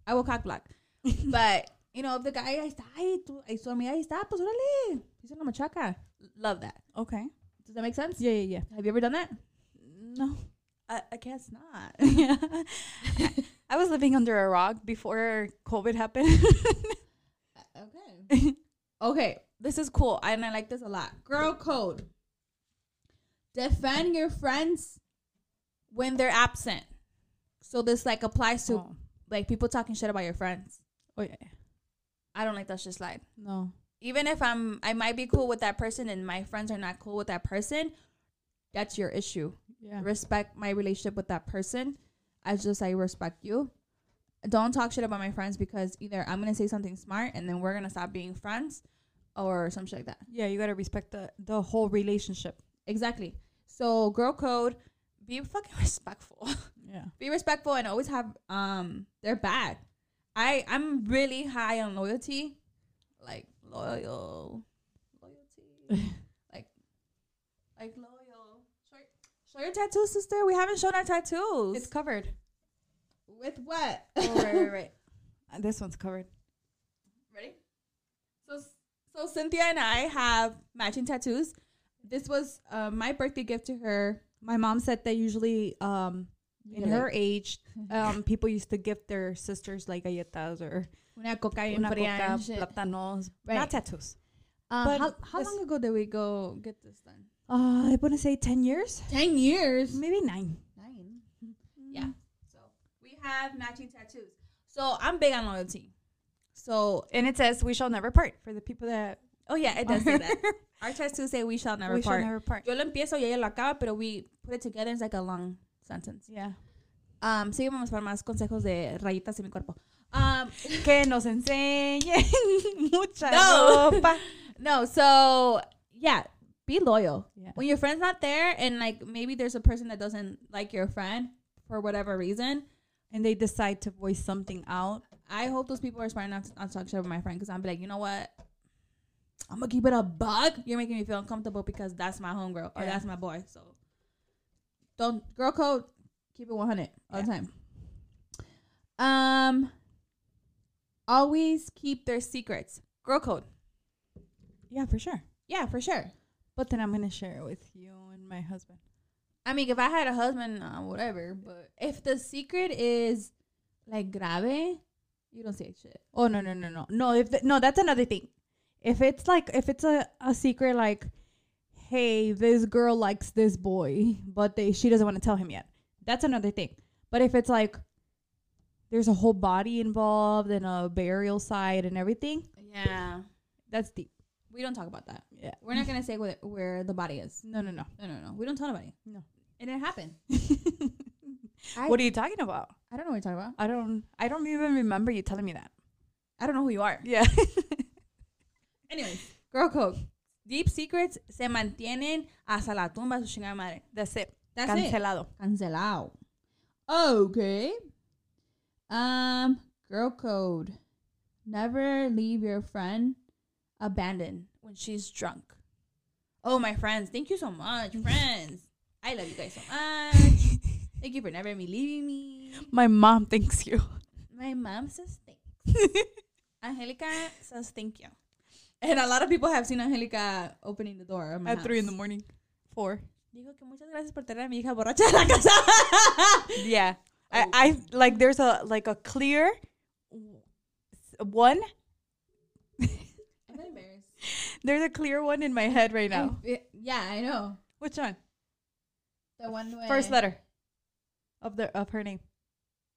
Speaker 2: I will cock block. but, you know, if the guy, ahí está, ay, tú, ahí su amiga, ahí está, pues órale. He's una machaca. Love that.
Speaker 3: Okay.
Speaker 2: Does that make sense?
Speaker 3: Yeah, yeah, yeah.
Speaker 2: Have you ever done that?
Speaker 3: No.
Speaker 2: I, I guess not.
Speaker 3: yeah. I- I was living under a rock before COVID happened.
Speaker 2: Okay. okay. This is cool. And I like this a lot. Girl code. Defend your friends when they're absent. So this like applies to
Speaker 3: Oh.
Speaker 2: like people talking shit about your friends.
Speaker 3: oh yeah. yeah.
Speaker 2: I don't like that shit slide.
Speaker 3: No.
Speaker 2: Even if I'm I might be cool with that person and my friends are not cool with that person, that's your issue.
Speaker 3: Yeah.
Speaker 2: Respect my relationship with that person. I just I respect you. Don't talk shit about my friends because either I'm gonna say something smart and then we're gonna stop being friends or some shit like that.
Speaker 3: Yeah, you gotta respect the the whole relationship.
Speaker 2: Exactly. So girl code, be fucking respectful.
Speaker 3: Yeah.
Speaker 2: be respectful and always have um their back. I I'm really high on loyalty, like loyal, loyalty, like like loyal. Show, show your tattoo, sister. We haven't shown our tattoos.
Speaker 3: It's covered.
Speaker 2: with what?
Speaker 3: Oh, right, right, right. Uh, This one's covered.
Speaker 2: Ready? So so Cynthia and I have matching tattoos. This was uh, my birthday gift to her.
Speaker 3: My mom said that usually um in
Speaker 2: Yeah,
Speaker 3: her
Speaker 2: like-
Speaker 3: age, um people used to gift their sisters like galletas or
Speaker 2: Una coca y
Speaker 3: una
Speaker 2: una
Speaker 3: coca,
Speaker 2: shit.
Speaker 3: platanos,
Speaker 2: Right.
Speaker 3: not tattoos.
Speaker 2: Um,
Speaker 3: But
Speaker 2: how, how
Speaker 3: this-
Speaker 2: long ago did we go get this done?
Speaker 3: Uh, I want to say 10 years,
Speaker 2: Ten years.
Speaker 3: maybe nine.
Speaker 2: Nine. Yeah. So we have matching tattoos. So I'm big on loyalty. So
Speaker 3: And it says, We shall never part for the people that
Speaker 2: oh yeah, it does say that. Our tattoos say we shall never
Speaker 3: we
Speaker 2: part.
Speaker 3: shall never part.
Speaker 2: Yo lo empiezo y ella lo acaba, pero we put it together. It's like a long sentence.
Speaker 3: Yeah.
Speaker 2: Um, sigue vamos para más consejos de rayitas en mi cuerpo. Um,
Speaker 3: Que nos enseñen mucha
Speaker 2: No.
Speaker 3: ropa.
Speaker 2: no. So yeah, be loyal.
Speaker 3: Yeah.
Speaker 2: when your friend's not there and like maybe there's a person that doesn't like your friend for whatever reason
Speaker 3: And they decide to voice something out.
Speaker 2: i hope those people are smart enough to not talk shit about my friend because i'm be like you know what i'm gonna keep it a bug you're making me feel uncomfortable because that's my homegirl or
Speaker 3: Yeah.
Speaker 2: that's my boy so don't girl code keep it 100 all the time um always keep their secrets girl code
Speaker 3: Yeah, for sure.
Speaker 2: yeah for sure
Speaker 3: But then I'm going to share it with you and my husband.
Speaker 2: I mean, if I had a husband, uh, whatever. But if the secret is like grave, you don't say shit.
Speaker 3: Oh no no no no no! If th- no, that's another thing. If it's like if it's a, a secret like, hey, this girl likes this boy, but they she doesn't want to tell him yet. That's another thing. But if it's like, there's a whole body involved and a burial site and everything,
Speaker 2: Yeah,
Speaker 3: that's deep.
Speaker 2: we don't talk about that.
Speaker 3: Yeah.
Speaker 2: We're not gonna say where, where the body is.
Speaker 3: No no no.
Speaker 2: No, no, no. We don't tell anybody.
Speaker 3: No.
Speaker 2: And it happened. I-
Speaker 3: what are you talking about?
Speaker 2: I don't know what you're talking about.
Speaker 3: I don't. I don't even remember you telling me that.
Speaker 2: I don't know who you are.
Speaker 3: Yeah.
Speaker 2: Anyways, girl code. Deep secrets se mantienen hasta la tumba su chingada madre.
Speaker 3: That's it.
Speaker 2: That's it.
Speaker 3: Cancelado.
Speaker 2: Cancelado. Okay. Um, girl code. Never leave your friend abandoned when she's drunk. Oh, my friends, thank you so much, friends. I love you guys so much. Thank you for never me leaving me.
Speaker 3: My mom thinks you.
Speaker 2: My mom says thanks. Angelica says thank you. And a lot of people have seen Angelica opening the door of my
Speaker 3: At
Speaker 2: house.
Speaker 3: three in the morning. Four.
Speaker 2: Dijo que muchas gracias por tener a mi hija borracha en la casa.
Speaker 3: Yeah. I, I like there's a like a clear one.
Speaker 2: I'm embarrassed.
Speaker 3: There's a clear one in my head right now.
Speaker 2: Yeah, I know.
Speaker 3: Which one?
Speaker 2: The one where
Speaker 3: First letter of the of her name.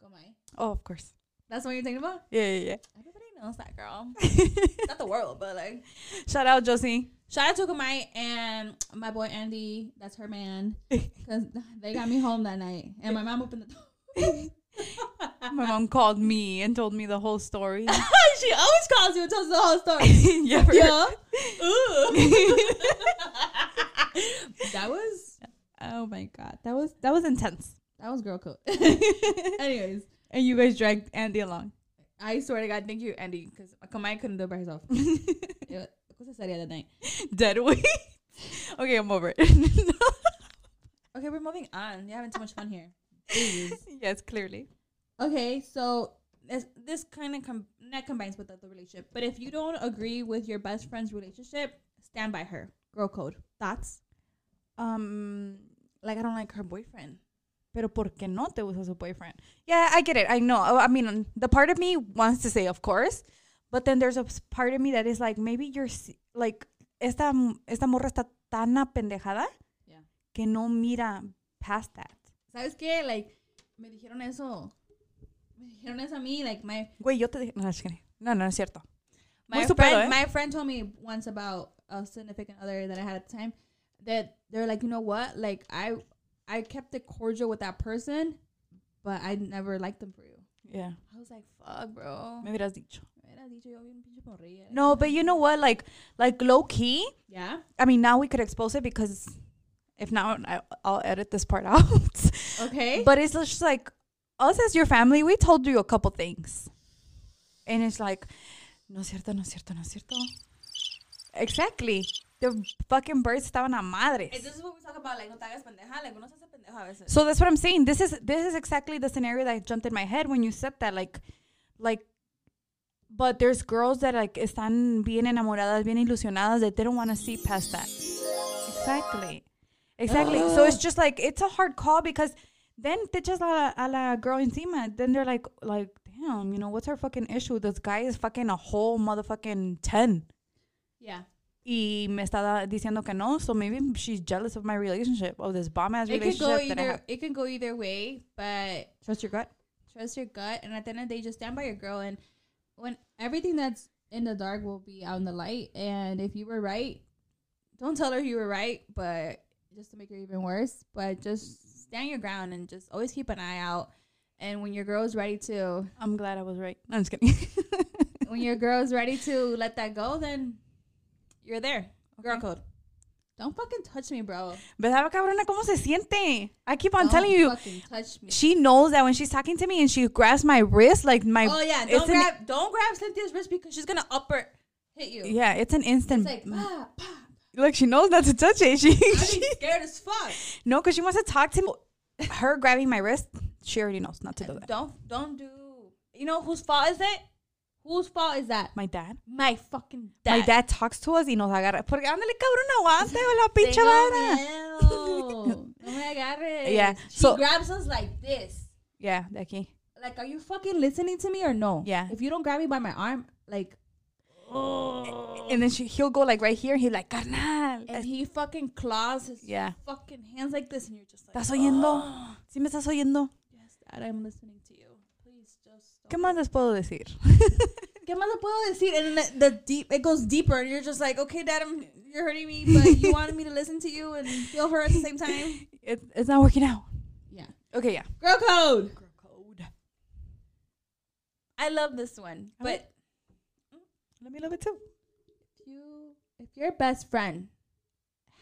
Speaker 2: Come on.
Speaker 3: Oh, of course.
Speaker 2: That's what you're thinking about.
Speaker 3: Yeah, yeah,
Speaker 2: Everybody knows that girl.
Speaker 3: yeah.
Speaker 2: Not the world, but like
Speaker 3: Shout out Josie.
Speaker 2: shout out to Kamai and my boy Andy. That's her man. Cause they got me home that night, and my mom opened the door.
Speaker 3: My mom called me and told me the whole story.
Speaker 2: she always calls you and tells the whole story.
Speaker 3: yeah, for-
Speaker 2: Yeah. Ooh. that was
Speaker 3: Oh my god, that was that was intense.
Speaker 2: that was girl code. Anyways,
Speaker 3: And you guys dragged Andy along.
Speaker 2: I swear to God, thank you, Andy, because Kamai couldn't do it by herself. It was a seria that night.
Speaker 3: Dead weight. okay, I'm over it.
Speaker 2: Okay, we're moving on. You're having too much fun here.
Speaker 3: yes, clearly.
Speaker 2: Okay, so this, this kind of com- that combines with the other relationship. But if you don't agree with your best friend's relationship, stand by her. Girl code. Thoughts?
Speaker 3: Um, like I don't like her boyfriend. Pero por qué no te gusta su boyfriend? Yeah, I get it. I know. Oh, I mean, the part of me wants to say, of course, but then there's a s- part of me that is like, maybe you're s- like esta m- esta morra está tan apendejada
Speaker 2: Yeah.
Speaker 3: que no mira past that.
Speaker 2: ¿Sabes qué? Like, me dijeron eso. Me dijeron eso a mí. Like, my
Speaker 3: Güey, yo te dije, no, just kidding. no, no, es cierto.
Speaker 2: My
Speaker 3: What's the
Speaker 2: friend,
Speaker 3: better, eh?
Speaker 2: my friend told me once about a significant other that I had at the time that they're like, you know what? Like I, I kept it cordial with that person, but I never liked them for you.
Speaker 3: Yeah,
Speaker 2: I was like, fuck, bro.
Speaker 3: me hubieras dicho.
Speaker 2: Me hubieras dicho, yo bien pinche morrilla.
Speaker 3: No, but you know what? Like, like low key.
Speaker 2: Yeah.
Speaker 3: I mean, now we could expose it because if not, I, I'll edit this part out.
Speaker 2: Okay.
Speaker 3: But it's just like us as your family, we told you a couple things. And it's like, no es cierto, no es cierto, no es cierto. Exactly. The fucking birds estaban a
Speaker 2: And
Speaker 3: madres.
Speaker 2: this is what we talk about, like, no te hagas pendeja, like, uno se hace pendejo a veces.
Speaker 3: So that's what I'm saying. This is this is exactly the scenario that jumped in my head when you said that. Like, like but there's girls that like están bien enamoradas, bien ilusionadas that they don't want to see past that. Exactly. Exactly. So it's just like it's a hard call because then they just a la, a la girl encima. Then they're like like damn, you know, what's her fucking issue? This guy is fucking a whole motherfucking 10.
Speaker 2: Yeah.
Speaker 3: Y me está da- diciendo que no, so maybe she's jealous of my relationship, of this bomb ass
Speaker 2: It could
Speaker 3: relationship
Speaker 2: go
Speaker 3: that I have.
Speaker 2: either. It can go either way, but
Speaker 3: Trust your gut.
Speaker 2: trust your gut and at the end of the day just stand by your girl and when everything that's in the dark will be out in the light and if you were right don't tell her you were right but just to make her even worse but just stand your ground and just always keep an eye out and when your girl's ready to
Speaker 3: I'm glad I was right. No, I'm just kidding.
Speaker 2: when your girl's ready to let that go then you're there girl
Speaker 3: Okay.
Speaker 2: code don't fucking touch me bro
Speaker 3: ¿Verdad, cabrona? ¿Cómo se siente? I keep on
Speaker 2: don't
Speaker 3: telling you,
Speaker 2: fucking touch me
Speaker 3: she knows that when she's talking to me and she grabs my wrist, like my.
Speaker 2: oh yeah
Speaker 3: it's
Speaker 2: don't
Speaker 3: an-
Speaker 2: grab don't grab cynthia's wrist because she's gonna upper hit you
Speaker 3: Yeah, Mm. it's an instant.
Speaker 2: it's like ah, ah.
Speaker 3: like, she knows not to touch it. She,
Speaker 2: I'd
Speaker 3: she
Speaker 2: be scared as fuck.
Speaker 3: no, because she wants to talk to me. Her grabbing my wrist, she already knows not to do that.
Speaker 2: Don't don't do. You know whose fault is it? Whose fault is that?
Speaker 3: My dad.
Speaker 2: My fucking
Speaker 3: My dad talks to us y nos agarra. Porque ándale, cabrona, aguante o la pinche
Speaker 2: Tengo
Speaker 3: vara.
Speaker 2: miedo. No me agarres.
Speaker 3: Yeah,
Speaker 2: She
Speaker 3: so-
Speaker 2: grabs us like this.
Speaker 3: Yeah, de aquí.
Speaker 2: Like, are you fucking listening to me or no?
Speaker 3: Yeah.
Speaker 2: If you don't grab me by my arm, like,
Speaker 3: And then she, he'll go like right here and he's like, carnal.
Speaker 2: and he fucking claws his
Speaker 3: Yeah.
Speaker 2: fucking hands like this, and you're just like, "Oh,
Speaker 3: ¿Estás oyendo? ¿Sí me estás oyendo?
Speaker 2: yes, Dad, I'm listening to you. Please just.
Speaker 3: ¿Qué más les puedo decir?
Speaker 2: ¿Qué más le puedo decir? And then the, the deep, it goes deeper. And you're just like, okay, dad, I'm, you're hurting me, but you wanted me to listen to you and feel hurt at the same time.
Speaker 3: it, it's not working out.
Speaker 2: Yeah.
Speaker 3: Okay, yeah.
Speaker 2: Girl code.
Speaker 3: Girl code.
Speaker 2: I love this one.
Speaker 3: I
Speaker 2: But
Speaker 3: like- Let me love it too.
Speaker 2: if you if your best friend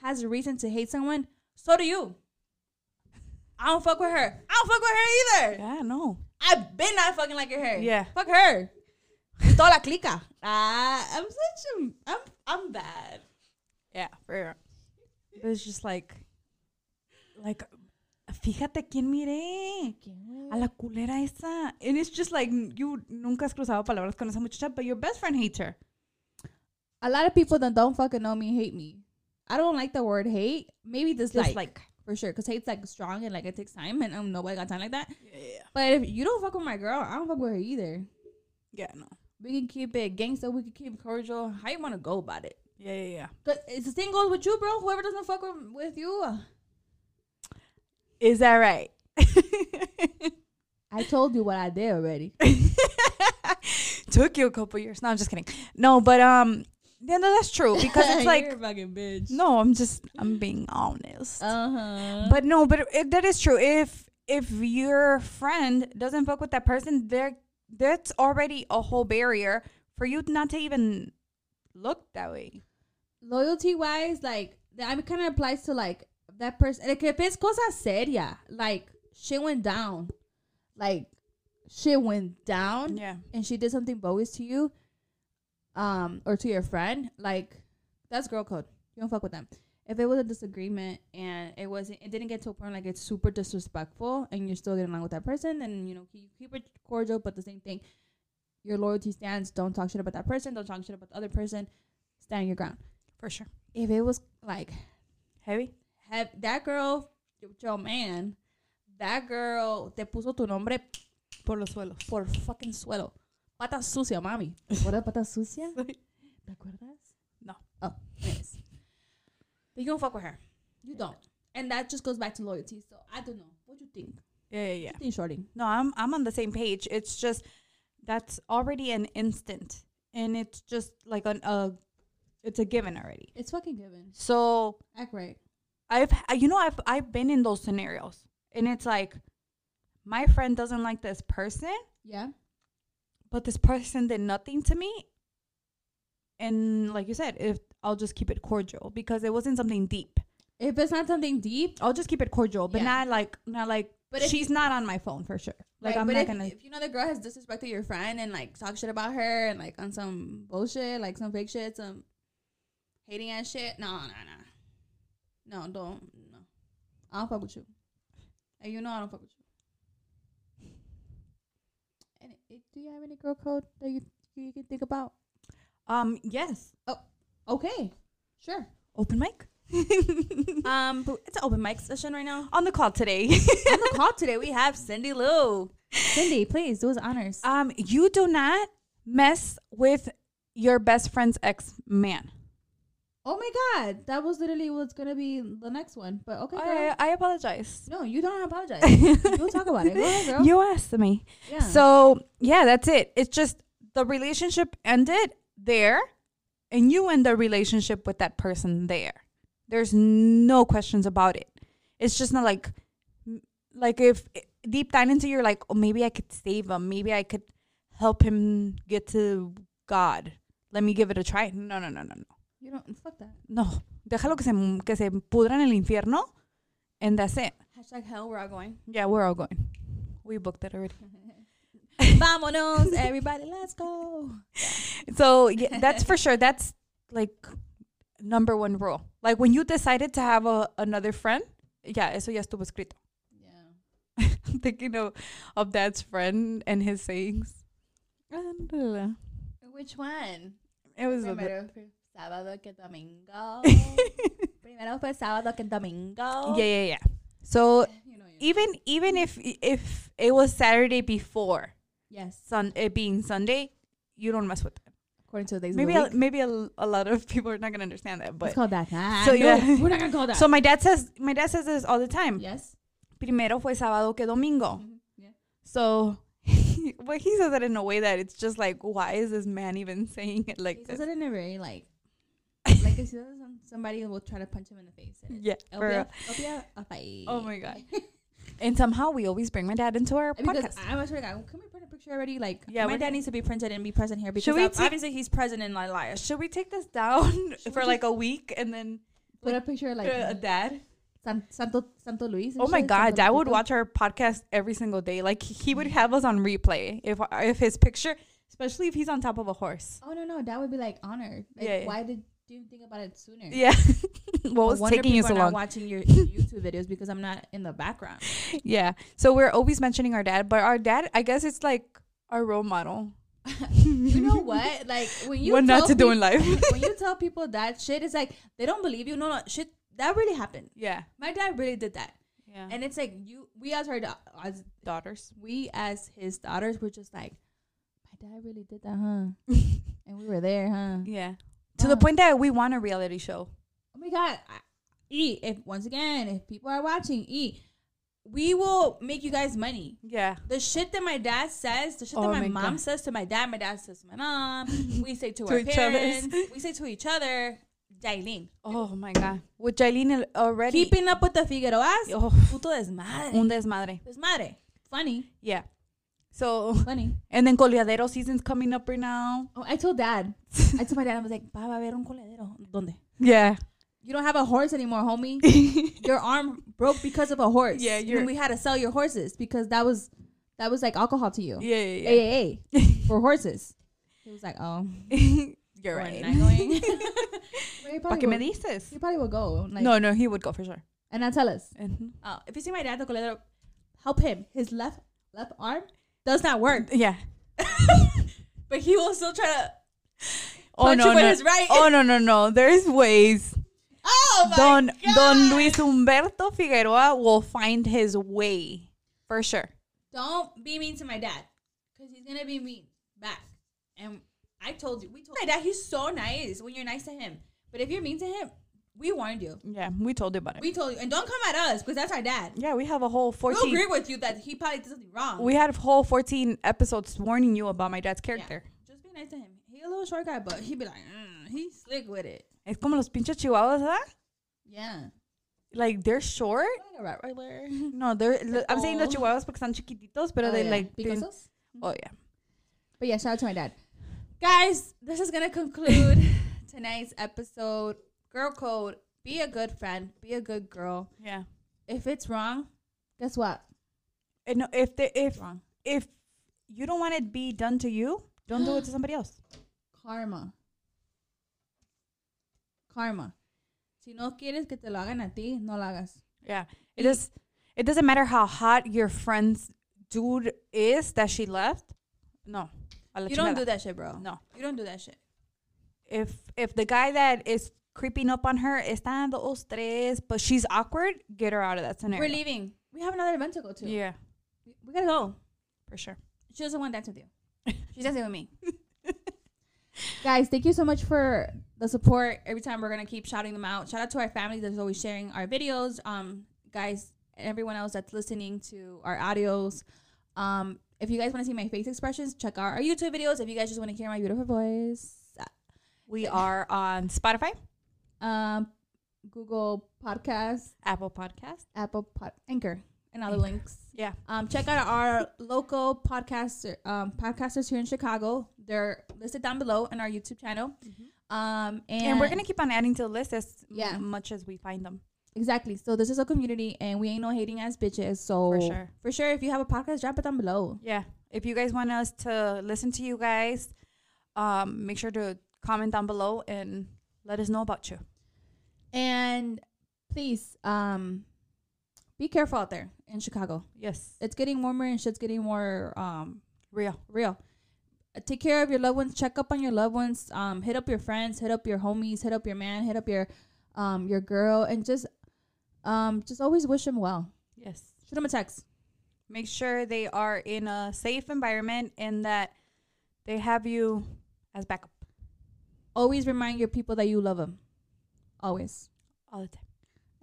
Speaker 2: has a reason to hate someone, so do you. I don't fuck with her. I don't fuck with her either.
Speaker 3: Yeah, no.
Speaker 2: I've been not fucking like her.
Speaker 3: Yeah.
Speaker 2: Fuck her. It's all la clica. Ah, I'm such a I'm I'm bad.
Speaker 3: Yeah, for real. It was just like, like, fíjate quién miré. A la culera esa. And it's just like, you nunca has cruzado palabras con esa muchacha, but your best friend hates her.
Speaker 2: A lot of people that don't fucking know me hate me. I don't like the word hate. Maybe dislike.
Speaker 3: Dislike.
Speaker 2: for sure. Cause hate's like strong and like it takes time and um nobody got time like that.
Speaker 3: Yeah.
Speaker 2: But if you don't fuck with my girl, I don't fuck with her either.
Speaker 3: Yeah, no.
Speaker 2: We can keep it gangster. We can keep it cordial. How you want to go about it?
Speaker 3: Yeah, yeah, yeah.
Speaker 2: Cause it's the same goes with you, bro. Whoever doesn't fuck with, with you, uh,
Speaker 3: Is that right?
Speaker 2: I told you what I did already.
Speaker 3: Took you a couple years. No, I'm just kidding. No, but um, yeah, no, that's true because it's like,
Speaker 2: fucking bitch.
Speaker 3: no, I'm just, I'm being honest.
Speaker 2: Uh huh.
Speaker 3: But no, but it, that is true. If if your friend doesn't fuck with that person, there that's already a whole barrier for you not to even look that way.
Speaker 2: loyalty wise, like that I mean, kind of applies to like that person. Like if it's cosa seria, like shit went down, like shit went down,
Speaker 3: Yeah.
Speaker 2: and she did something bogus to you, um, or to your friend, like that's girl code. You don't fuck with them. If it was a disagreement and it wasn't, it didn't get to a point like it's super disrespectful, and you're still getting along with that person, then you know keep, keep it cordial. But the same thing, your loyalty stands. Don't talk shit about that person. Don't talk shit about the other person. Stand your ground
Speaker 3: For sure.
Speaker 2: if it was like
Speaker 3: Heavy.
Speaker 2: have that girl your man that girl te puso tu nombre
Speaker 3: Por los suelos.
Speaker 2: por fucking suelo pata sucia mami ¿te acuerdas pata sucia? ¿te acuerdas?
Speaker 3: No.
Speaker 2: oh anyways you don't fuck with her you don't and that just goes back to loyalty so I don't know what do you think?
Speaker 3: Yeah, yeah, yeah.
Speaker 2: What do you think shorty?
Speaker 3: No, I'm I'm on the same page. It's just that's already an instant, and it's just like an a, it's a given already.
Speaker 2: it's fucking given
Speaker 3: So
Speaker 2: act right
Speaker 3: I've you know I've I've been in those scenarios, and it's like my friend doesn't like this person.
Speaker 2: yeah
Speaker 3: but this person did nothing to me and like you said if i'll just keep it cordial because it wasn't something deep
Speaker 2: if it's not something deep
Speaker 3: i'll just keep it cordial but
Speaker 2: Yeah.
Speaker 3: not like not like
Speaker 2: But
Speaker 3: but
Speaker 2: if
Speaker 3: she's not on my phone for sure like
Speaker 2: Right,
Speaker 3: i'm
Speaker 2: but
Speaker 3: not
Speaker 2: if,
Speaker 3: gonna
Speaker 2: if you know the girl has disrespected your friend and like talk shit about her and like on some bullshit, like some fake shit, some hating ass shit. No, no, no, no, don't. No, I don't fuck with you. And you know I don't fuck with you. And it, do you have any girl code that you you can think about?
Speaker 3: um yes
Speaker 2: Okay, sure.
Speaker 3: open mic
Speaker 2: Um, but it's an open mic session right now.
Speaker 3: on the call today
Speaker 2: on the call today, we have Cindy Lou. Cindy, please do us honors.
Speaker 3: um you do not mess with your best friend's ex man
Speaker 2: Oh my god, that was literally what's gonna be the next one. But okay, girl.
Speaker 3: I, I apologize
Speaker 2: No, you don't apologize. we'll talk about it. Go ahead, girl.
Speaker 3: you asked me
Speaker 2: yeah.
Speaker 3: So yeah, that's it. It's just the relationship ended there, and you end the relationship with that person there. There's no questions about it. It's just not like, like if deep down into you're like, oh, maybe I could save him. Maybe I could help him get to God. Let me give it a try. No, no, no, no, no.
Speaker 2: you don't fuck that.
Speaker 3: No. Déjalo que se que se pudra en el infierno, and that's it.
Speaker 2: Hashtag hell, we're all going.
Speaker 3: Yeah, we're all going. We booked it already.
Speaker 2: Vamonos, everybody, let's go.
Speaker 3: So yeah, that's for sure. That's like number one rule. Like when you decided to have a, another friend, yeah, eso ya estuvo escrito.
Speaker 2: Yeah.
Speaker 3: I'm thinking of, of dad's friend and his sayings. It
Speaker 2: Which one?
Speaker 3: was a bit,
Speaker 2: Primero fue sábado que domingo. Primero fue sábado que domingo.
Speaker 3: yeah, yeah, yeah. So
Speaker 2: You know, you
Speaker 3: even even if if it was Saturday before
Speaker 2: yes.
Speaker 3: sun it being Sunday, you don't mess with it.
Speaker 2: According to the days
Speaker 3: Maybe
Speaker 2: of the
Speaker 3: a,
Speaker 2: week.
Speaker 3: maybe a, a lot of people are not gonna understand that,
Speaker 2: Let's
Speaker 3: but
Speaker 2: call it that. Nah,
Speaker 3: So,
Speaker 2: no,
Speaker 3: yeah.
Speaker 2: we're not gonna call that.
Speaker 3: so my dad says my dad says this all the time.
Speaker 2: yes.
Speaker 3: Primero fue sábado que domingo.
Speaker 2: Mhm. Yeah.
Speaker 3: So, well, he says it in a way that it's just like, why is this man even saying it
Speaker 2: he
Speaker 3: like
Speaker 2: says
Speaker 3: this?
Speaker 2: it in a very like like if he does some- somebody will try to punch him in the face. and
Speaker 3: Yeah,
Speaker 2: it'll
Speaker 3: for
Speaker 2: be a-
Speaker 3: real.
Speaker 2: it'll be a- a fight.
Speaker 3: Oh my god. and somehow we always bring my dad into our
Speaker 2: And Because
Speaker 3: podcast.
Speaker 2: I swear to God, can we print a picture already? Like,
Speaker 3: Yeah,
Speaker 2: my
Speaker 3: we're
Speaker 2: dad
Speaker 3: gonna-
Speaker 2: needs to be printed and be present here because
Speaker 3: we
Speaker 2: ob-
Speaker 3: take-
Speaker 2: obviously he's present in my life.
Speaker 3: Should we take this down
Speaker 2: Should
Speaker 3: for
Speaker 2: we
Speaker 3: like a week and then
Speaker 2: Put a picture like
Speaker 3: uh, a dad?
Speaker 2: San, Santo Santo Luis. and
Speaker 3: Oh my
Speaker 2: shit,
Speaker 3: god,
Speaker 2: Santo
Speaker 3: dad would
Speaker 2: Domingo.
Speaker 3: watch our podcast every single day. Like he would have us on replay if if his picture, especially if he's on top of a horse.
Speaker 2: Oh no, no, dad would be like honored. Like,
Speaker 3: Yeah.
Speaker 2: why did you think about it sooner?
Speaker 3: Yeah.
Speaker 2: No
Speaker 3: what was
Speaker 2: wonder
Speaker 3: taking you
Speaker 2: people
Speaker 3: so
Speaker 2: are not
Speaker 3: long?
Speaker 2: Watching your YouTube videos because I'm not in the background.
Speaker 3: Yeah. So we're always mentioning our dad, but our dad, I guess it's like our role model.
Speaker 2: You know what? Like when you
Speaker 3: what
Speaker 2: tell
Speaker 3: not to do in
Speaker 2: peop-
Speaker 3: life.
Speaker 2: when you tell people that shit, it's like they don't believe you. No, no, shit, that really happened.
Speaker 3: yeah.
Speaker 2: My dad really did that,
Speaker 3: Yeah. And
Speaker 2: and it's like you, we as her, da- as
Speaker 3: daughters.
Speaker 2: we as his daughters were just like, my dad really did that, huh? and we were there, huh?
Speaker 3: Yeah. Oh. To the
Speaker 2: Wow.
Speaker 3: point that we want a reality show.
Speaker 2: Oh my god, I- E. If once again, if people are watching, E, we will make you guys money.
Speaker 3: Yeah.
Speaker 2: The shit that my dad says, the shit
Speaker 3: Oh
Speaker 2: that my,
Speaker 3: my
Speaker 2: mom
Speaker 3: God.
Speaker 2: says to my dad, my dad says to my mom. we say to,
Speaker 3: To
Speaker 2: our
Speaker 3: each other's.
Speaker 2: parents. We say to each other. Jailin.
Speaker 3: Oh my god. With Jailene already
Speaker 2: Keeping up with the Figueroas.
Speaker 3: Oh.
Speaker 2: Puto desmadre.
Speaker 3: un desmadre.
Speaker 2: Desmadre. Funny.
Speaker 3: Yeah. So
Speaker 2: Funny.
Speaker 3: and then Coleadero season's coming up right now.
Speaker 2: Oh, I told dad. I told my dad, I was like, "Pa, va a haber un coladero. ¿Dónde?
Speaker 3: Yeah.
Speaker 2: You don't have a horse anymore, homie. your arm broke because of a horse.
Speaker 3: Yeah,
Speaker 2: And
Speaker 3: you're-
Speaker 2: then we had to sell your horses because that was that was like alcohol to you.
Speaker 3: Yeah, yeah, yeah.
Speaker 2: AAA for horses. He was like, oh,
Speaker 3: You're right.
Speaker 2: Not going. But he,
Speaker 3: Pa'
Speaker 2: probably
Speaker 3: que me
Speaker 2: would,
Speaker 3: dices?
Speaker 2: he probably would go. Like,
Speaker 3: No, no, he would go for sure.
Speaker 2: and now tell us.
Speaker 3: Mhm.
Speaker 2: Uh, if you see my dad, the coladero, help him. His left left arm does not work,
Speaker 3: Yeah.
Speaker 2: but he will still try to.
Speaker 3: Oh
Speaker 2: Punch
Speaker 3: no,
Speaker 2: you with
Speaker 3: no.
Speaker 2: his right.
Speaker 3: oh no, no, no. There's ways.
Speaker 2: Oh my
Speaker 3: Don
Speaker 2: God!
Speaker 3: Don Luis Humberto Figueroa will find his way for sure.
Speaker 2: Don't be mean to my dad, cause he's gonna be mean back. And I told you, we told my dad he's so nice when you're nice to him, but if you're mean to him, we warned you.
Speaker 3: Yeah, we told you about it.
Speaker 2: We told you, and don't come at us, cause that's our dad.
Speaker 3: yeah, we have a whole
Speaker 2: We'll agree
Speaker 3: fourteen.
Speaker 2: with you that he probably did something wrong.
Speaker 3: We had a whole fourteen episodes warning you about my dad's character.
Speaker 2: Just be nice to him. He a little short guy, but he be like, mm, he slick with it.
Speaker 3: Es como los pinches chihuahuas, ¿verdad?
Speaker 2: Yeah.
Speaker 3: Like they're short.
Speaker 2: Like a Rottweiler.
Speaker 3: No, they're. I'm saying los
Speaker 2: Oh.
Speaker 3: chihuahuas porque están chiquititos, pero
Speaker 2: Oh,
Speaker 3: they
Speaker 2: yeah.
Speaker 3: like.
Speaker 2: Because
Speaker 3: thin-
Speaker 2: us?
Speaker 3: oh yeah.
Speaker 2: But yeah, shout out to my dad. Guys, this is gonna conclude tonight's episode. Girl code. Be a good friend. Be a good girl.
Speaker 3: Yeah.
Speaker 2: If it's wrong, guess what?
Speaker 3: And Eh, no, if they if
Speaker 2: Wrong.
Speaker 3: if you don't want it be done to you, don't do it to somebody else.
Speaker 2: Karma. Karma. Si no quieres que te lo hagan a ti, no lo hagas.
Speaker 3: Yeah. It is it doesn't matter how hot your friend's dude is that she left. No. A la
Speaker 2: You don't
Speaker 3: chingada.
Speaker 2: do that shit, bro.
Speaker 3: No.
Speaker 2: You don't do that shit.
Speaker 3: If if the guy that is creeping up on her is dando los tres, but she's awkward, get her out of that scenario.
Speaker 2: We're leaving. We have another event to go to.
Speaker 3: Yeah,
Speaker 2: We- We gotta go.
Speaker 3: for sure.
Speaker 2: She doesn't want to dance with you. She doesn't with me. Guys, thank you so much for the support. Every time we're gonna keep shouting them out. Shout out to our family that's always sharing our videos. Um, guys, and everyone else that's listening to our audios. Um, if you guys want to see my face expressions, check out our YouTube videos. If you guys just want to hear my beautiful voice,
Speaker 3: We are on Spotify,
Speaker 2: um, Google Podcasts,
Speaker 3: Apple Podcast.
Speaker 2: Apple Pod, Anchor, and other links.
Speaker 3: Yeah.
Speaker 2: Um, check out our local podcaster um, podcasters here in Chicago. They're listed down below in our YouTube channel. Um, and,
Speaker 3: Mm-hmm. And we're going to keep on adding to the list as
Speaker 2: Yeah.
Speaker 3: much as we find them.
Speaker 2: exactly. So this is a community, and we ain't no hating ass bitches. So
Speaker 3: For sure.
Speaker 2: for sure, if you have a podcast, drop it down below.
Speaker 3: Yeah. If you guys want us to listen to you guys, um, make sure to comment down below and let us know about you.
Speaker 2: And please, um, be careful out there in Chicago.
Speaker 3: Yes.
Speaker 2: It's getting warmer, and shit's getting more um,
Speaker 3: Real.
Speaker 2: real. Uh, Take care of your loved ones. Check up on your loved ones. Um, hit up your friends. Hit up your homies. Hit up your man. Hit up your um your girl, and just um just always wish them well.
Speaker 3: Yes.
Speaker 2: Shoot them a text.
Speaker 3: Make sure they are in a safe environment and that they have you as backup
Speaker 2: Always remind your people that you love them. Always.
Speaker 3: all the time.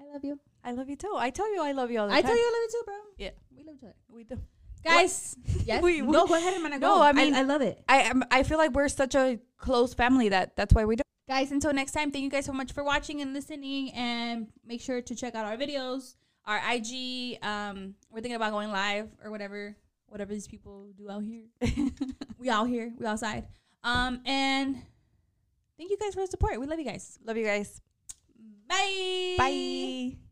Speaker 2: I love you.
Speaker 3: I love you too. I tell you I love you all the
Speaker 2: I
Speaker 3: time.
Speaker 2: tell you, I love you too, bro.
Speaker 3: Yeah.
Speaker 2: we love each other,
Speaker 3: We do.
Speaker 2: guys. Yes.
Speaker 3: We- we-
Speaker 2: no, Oh, go ahead and
Speaker 3: No,
Speaker 2: go.
Speaker 3: I mean-
Speaker 2: I, love it.
Speaker 3: I am I feel like we're such a close family that that's why we do.
Speaker 2: Guys, until next time, thank you guys so much for watching and listening. And make sure to check out our videos, our IG. Um, we're thinking about going live or whatever, whatever these people do out here. we out here, we outside. Um, and thank you guys for the support. We love you guys.
Speaker 3: Love you guys.
Speaker 2: Bye.
Speaker 3: Bye.